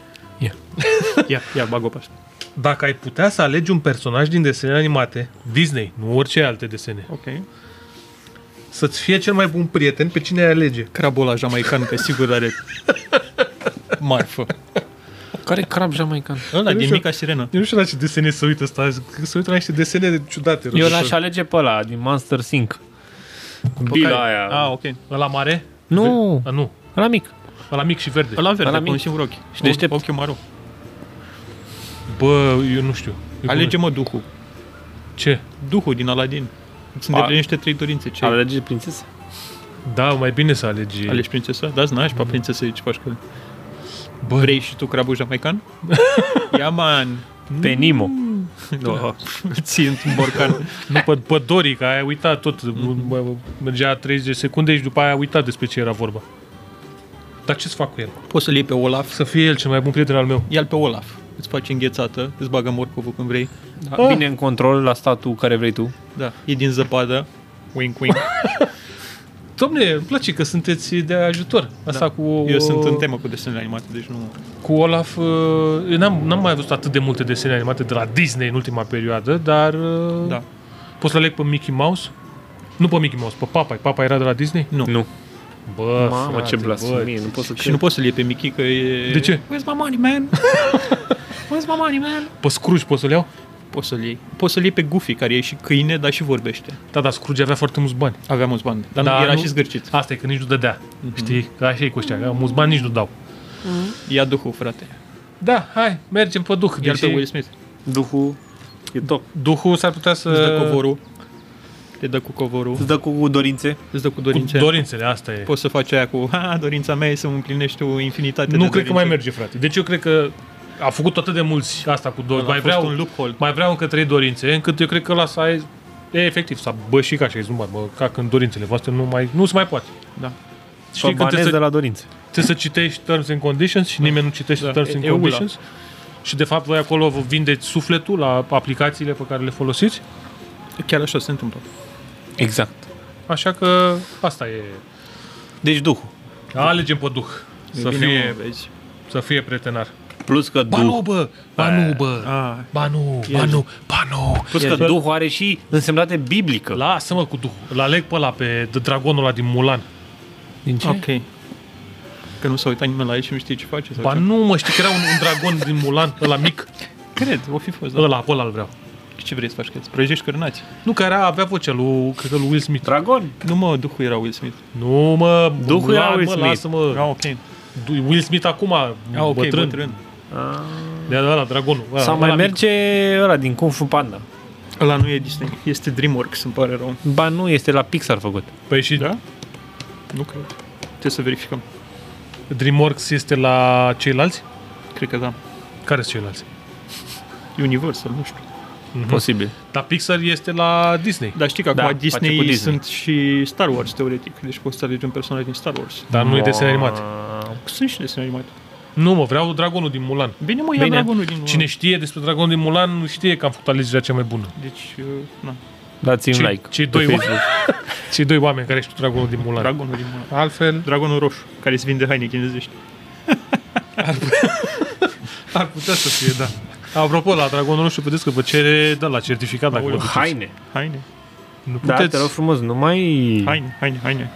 B: ia, ia, bag-o pe asta.
A: Dacă ai putea să alegi un personaj din desene animate, Disney, nu orice alte desene,
B: Ok.
A: să-ți fie cel mai bun prieten, pe cine ai alege?
B: Crabul ăla jamaican, că sigur are marfă.
C: Care crab jamaican?
B: Ăla
A: Nu
B: din
A: știu.
B: mica sirenă.
A: Eu nu știu la ce desene se uită ăsta, se uită la niște desene ciudate.
C: Eu l-aș alege pe ăla, din Monster Inc. Cu bila aia.
B: Ah, ok.
A: Ăla mare?
C: Nu,
A: A, nu.
C: ăla mic.
A: Ăla mic și verde.
B: Ăla verde,
C: Ăla
B: cu
C: mic.
B: un singur ochi. Și
C: deștept.
B: Ochiul maro.
A: Bă, eu nu știu. Eu
B: Alege-mă Duhul.
A: Ce?
B: Duhul din Aladdin. Îți
C: A-
B: îndeplinește trei dorințe. Ce?
C: Alege prințesă?
A: Da, mai bine să alegi.
B: Alegi prințesa? Da, n pe prințesă ce faci cu el.
A: Bă.
B: Vrei și tu crabul jamaican? Ia, man!
C: Pe Nemo.
B: No, țin un borcan.
A: Nu, pe, pe Dori, că ai uitat tot. Mm-hmm. Mergea 30 de secunde și după aia ai uitat despre ce era vorba. Dar ce-ți fac cu el?
B: Poți să-l iei pe Olaf.
A: Să fie el cel mai bun prieten al meu.
B: Ia-l pe Olaf. Îți faci înghețată, îți bagă morcovul când vrei.
C: Da, bine în control la statul care vrei tu.
B: Da, e din zăpadă. Wink, wink.
A: Domne, îmi place că sunteți de ajutor. Asta da. cu...
B: Eu sunt în temă cu desenele animate, deci nu...
A: Cu Olaf, uh, eu n-am, n-am mai văzut atât de multe desene animate de la Disney în ultima perioadă, dar... uh,
B: Da.
A: Poți să aleg pe Mickey Mouse? Nu pe Mickey Mouse, pe Popeye. Papa era de la Disney?
B: Nu.
C: Nu.
A: Bă,
C: Mamă,
A: frate,
C: ce
A: bă.
C: blasfemie, nu pot să
B: Și nu
C: cred.
B: poți să-l iei pe Mickey, că e...
A: De ce?
B: Where's my money, man? Where's my money, man?
A: Pe Scrooge poți să-l iau?
B: Poți să-l iei. Poți să-l iei pe Goofy, care e și câine, dar și vorbește.
A: Da, dar Scrooge avea foarte mulți bani.
B: Avea mulți bani, dar
A: Da,
B: nu, era
A: nu-
B: și zgârcit.
A: Asta e, că nici nu dădea. Mm-hmm. Știi? Că așa e cu ăștia. că Mulți bani nici nu dau.
B: Ia duhul, frate.
A: Da, hai, mergem pe Duh.
B: Iar
A: Deși
B: pe Will Smith.
C: Duhul e top.
A: Duhul s-ar putea să...
B: Îți dă covorul. Te Ă, dă cu covorul.
C: dă cu dorințe?
B: Îți dă cu
A: Cu
B: dorințe.
A: dorințele, asta e.
B: Poți să faci aia cu ha, dorința mea e să îmi împlinești o infinitate de
A: nu cred că mai
B: dorințe.
A: merge, frate. Deci eu cred că a făcut atât de mulți asta cu
B: A
A: dorințe. Mai
B: fost
A: vreau,
B: un loophole.
A: mai vreau încă trei dorințe, încât eu cred că la sa e, e efectiv, s-a bășit ca și ai zumbat, bă, ca când dorințele voastre nu mai, nu se mai poate.
B: Da.
A: Știi când trebuie să,
C: la dorințe.
A: trebuie să citești Terms and Conditions și nimeni nu citește
B: Da,
A: Terms
B: e-
A: and
B: e ula.
A: Conditions. Și de fapt voi acolo vă vindeți sufletul la aplicațiile pe care le folosiți.
B: Chiar așa se întâmplă.
C: Exact.
A: Așa că asta e.
C: Deci Duhul.
A: Alegem pe Duh. Să
B: Bine,
A: fie-
B: mă, vezi.
A: Să fie prietenar.
D: Plus că
A: Ba nu,
D: duh,
A: bă! Ba nu, bă!
B: Ah,
A: Ba nu, ba nu, ba nu!
D: plus că duhul are și însemnate biblică.
A: Lasă-mă cu duhul. Îl aleg pe ăla, pe de dragonul ăla din Mulan.
D: Din ce?
B: ok. Că nu s-a uitat nimeni la el și nu știe ce face. Sau
A: Ba
B: ce?
A: nu, mă, știi că era un, un dragon din Mulan, ăla mic.
B: Cred, o fi fost, da.
A: Ăla, pe ăla îl vreau.
B: Ce vrei să faci, că îți prăjești cărnați?
A: Nu, că era, avea vocea lui, cred că lui Will Smith.
D: Dragon.
B: Nu mă, duhul era Will Smith.
A: Nu, mă,
D: Duhul era Will
A: mă,
D: Smith.
A: lasă-mă.
B: Ah, ok.
A: Du- Will Smith acum,
B: Ah,
A: bătrân.
B: ok, bătrân.
A: bătrân. De ăla, dragonul. Ăla,
D: Sau
A: ăla
D: mai
A: mic.
D: merge ăla din Kung Fu Panda.
B: Ăla nu e Disney, este DreamWorks, îmi pare rău.
D: Ba nu, este la Pixar făcut.
A: Păi și da?
B: Da? Nu cred. Trebuie să verificăm.
A: DreamWorks este la ceilalți?
B: Cred că da.
A: Care sunt ceilalți?
B: Universal, nu știu.
D: Posibil.
A: Dar Pixar este la Disney.
B: Dar știi că
D: Da,
B: acum
D: face cu
B: Disney,
D: Disney.
B: sunt și Star Wars, teoretic. Deci poți să alegi un personaj din Star Wars.
A: Dar nu e desene animate.
B: Sunt și desene animate.
A: Nu, mă, vreau dragonul din Mulan.
B: Bine, mă, ia
D: Bine.
B: dragonul din...
A: Cine știe despre dragonul din Mulan, știe că am făcut alegerea cea mai bună.
B: Deci, uh, na,
D: Dați un
A: Cei-
D: like.
A: cei
D: pe
A: doi
D: Facebook.
A: Cei doi oameni care știu dragonul din Mulan.
B: dragonul din mână.
A: Altfel,
B: Dragonul roșu, care se vinde haine chinezești.
A: ar putea să fie, da. Apropo, la Dragonul Roșu, vedeți că vă cere, da, la certificat dacă vă duceți.
D: Haine.
B: Haine,
A: Nu
D: Da,
A: puteți.
D: te rog frumos, nu mai...
B: haine, haine, haine,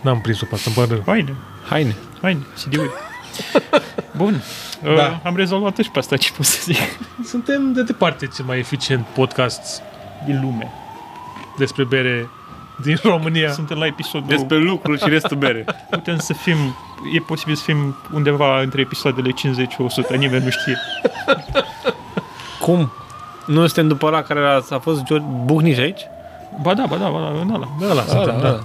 A: N-am prins-o pe asta, îmi pare rău.
B: haine,
D: Haine.
B: haine, CD-uri. Bun,
A: Da.
B: da. am rezolvat și pe asta ce pot să zic.
A: Suntem de departe cel mai eficient podcast
B: Din lume.
A: despre bere din România.
B: Suntem la episodul...
D: lucruri și restul bere.
B: Putem să fim... E posibil să fim undeva între episoadele 50-100, nimeni nu știe.
D: Cum? Nu suntem după la care a, a fost George Buhniș aici?
B: Ba da, ba da, ba da, în ala.
A: Da, la suntem, da.
D: da.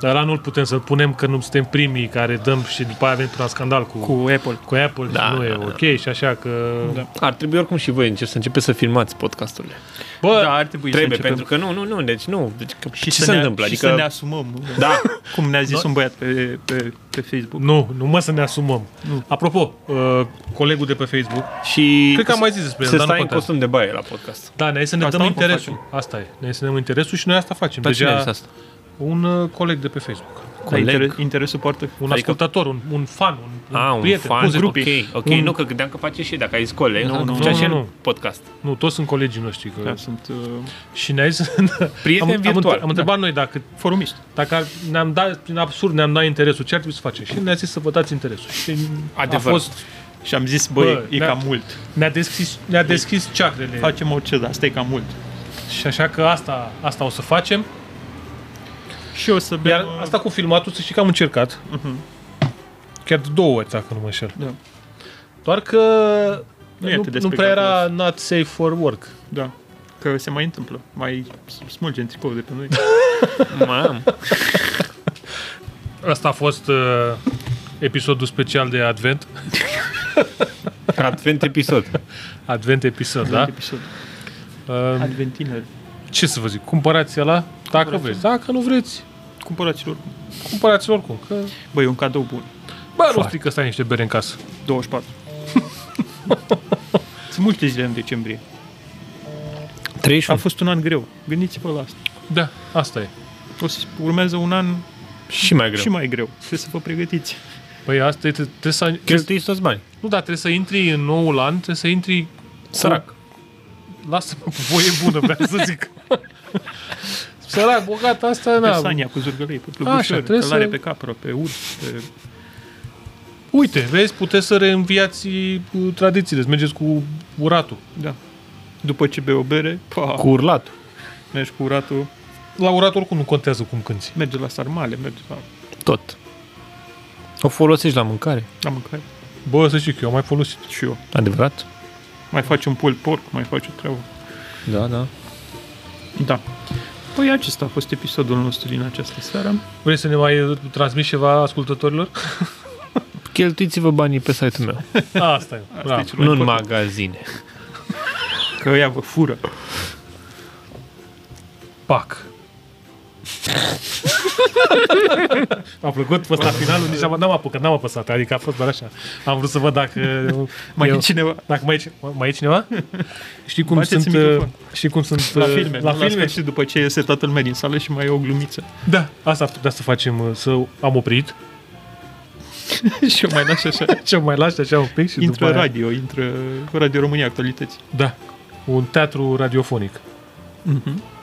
A: Dar la nu-l putem să-l punem, că nu suntem primii care dăm și după aia avem un scandal cu, cu,
B: Cu Apple.
A: cu Apple da,
D: Da,
A: și nu e
D: da, da.
A: ok și așa că... Da.
B: Da.
D: Ar trebui oricum și voi înce- să începeți să filmați podcasturile.
A: Bă,
B: Da, ar trebui
D: Trebuie,
B: să
D: pentru
B: începem.
D: că nu, nu, nu, deci nu. Deci, că,
B: Și
D: ce
B: să
D: se
B: ne,
D: întâmplă?
B: Și
D: Adică,
B: să ne asumăm.
D: da,
B: Cum ne-a zis un băiat pe, pe, pe Facebook.
A: nu, nu mă să ne asumăm.
B: Nu.
A: Apropo, uh, colegul de pe Facebook,
D: și
A: Cred că am mai zis despre el,
D: să
A: dar nu
D: stai în
A: contează.
D: costum de baie la podcast.
A: da, ne-ai să ne
B: Asta
A: dăm
B: oricum
A: interesul. Asta e, ne-ai să ne dăm interesul și noi asta facem.
C: Da,
D: Dar cine a
A: Deja
D: zis asta?
A: un uh, coleg de pe Facebook.
B: Da,
D: Coleg.
B: inter- interesul poartă.
A: Un
D: Adică-
A: ascultător, un, un fan, un, un
C: Ah,
D: A, Ah, un
A: prieten,
D: fan,
A: un grup.
D: ok, ok,
A: Un-
D: nu, că credeam că face și dacă ai zis coleg, nu,
B: nu,
D: nu, făcea
A: nu,
D: și el
A: nu.
D: podcast.
A: Nu, toți sunt colegii noștri. Că...
B: Da, sunt uh,
A: Și ne-ai zis...
D: Prieten
A: am, am,
D: virtual.
A: între- am întrebat noi dacă,
B: forumist.
A: dacă ar- ne-am dat, prin absurd ne-am dat interesul, ce ar trebui să facem? Și ne-a zis să vă dați interesul. Și
D: Adevăr.
A: a fost,
B: Și am zis, băi,
A: Bă,
B: bă, e
A: da.
B: cam mult.
A: ne-a deschis, ne-a deschis ceacrele.
B: Facem orice, dar asta e cam mult.
A: Și așa că asta, asta o să facem.
B: Și o să bem...
A: Iar
B: uh,
A: asta cu filmatul, să știi că am încercat. Chiar de două ori, dacă nu mă înșel.
B: Mhm. Da.
A: Doar că
B: Nu
A: nu,
B: e
A: nu,
B: atât de
A: prea era
B: spectaculos.
A: not safe for work.
B: Da. Că se mai întâmplă. Mai smulge în tricou de pe noi.
D: Mamă.
A: Asta a fost uh, episodul special de Advent.
D: Advent episod.
A: Advent episod, da?
B: Episod.
A: Uh,
B: Adventină. ce?
A: ce să vă zic? Cumpărați ăla dacă vreți. Dacă nu vreți,
B: Cumpărați-l oricum.
A: cumpărați oricum. Că,
B: Băi, e un cadou bun.
A: bă, nu strică stai niște bere în casă.
B: 24. Sunt multe zile în decembrie. A
D: 31.
B: fost un an greu. Gândiți-vă la asta.
A: Da, asta e.
B: O să urmează un an
D: Și mai greu.
B: și mai greu. Trebuie să vă pregătiți.
A: Păi asta e, tre- trebuie să... Trebuie,
D: Cheltuiți toți bani.
A: nu, dar trebuie să intri în noul an, trebuie să intri...
D: Sărac.
A: Lasă-mă cu voie bună, vreau să zic. Sărac, bogat, asta,
B: Pe
A: na,
B: Sania cu zurgălei, pe
A: Da. Așa,
B: plăbușor,
A: trebuie
B: călare
A: să-
B: pe capră, pe urs, pe...
A: Uite, vezi, puteți să reînviați uh, tradițiile, să mergeți cu uratul.
B: Da. După ce bei o bere, pa, cu...
D: Cu urlatul.
B: mergi cu uratul,
A: La urat oricum nu contează cum cânti.
B: mergi la sarmale, mergi la,
D: Tot. O folosești la mâncare.
B: la mâncare.
A: Bă, să știi că eu am mai folosit.
B: Și eu.
D: Adevărat?
B: Mai faci un pol porc, mai faci o treabă.
D: Da, da.
B: Da. Păi acesta a fost episodul nostru din această seară.
A: Vrei să ne mai uh, transmiți ceva ascultătorilor?
D: Cheltuiți-vă banii pe site-ul meu.
A: Asta e.
B: Da,
A: Bravo.
B: cel mai
D: nu în
B: important,
D: magazine.
B: Că ea vă fură.
A: Pac. a plăcut, fost la finalul, nici am, n-am apucat, n-am apăsat, adică a fost doar așa. Am vrut să văd dacă...
B: Mai
A: eu-
B: e cineva.
A: Dacă mai e, ce- mai e cineva? Știi cum
B: Bateți
A: sunt...
B: în
A: uh,
B: microfon.
A: Știi cum sunt...
B: La
A: uh,
B: filme.
A: La filme.
B: și după ce iese toată lumea din sală și mai e o glumiță.
A: Da, asta ar putea să facem, uh, să am oprit.
B: și eu mai las așa.
A: Ce mai lași așa un pic și
B: Intră
A: după aia...
B: radio, intră Radio România Actualități.
A: Da. Un teatru radiofonic.
B: Mm-hmm.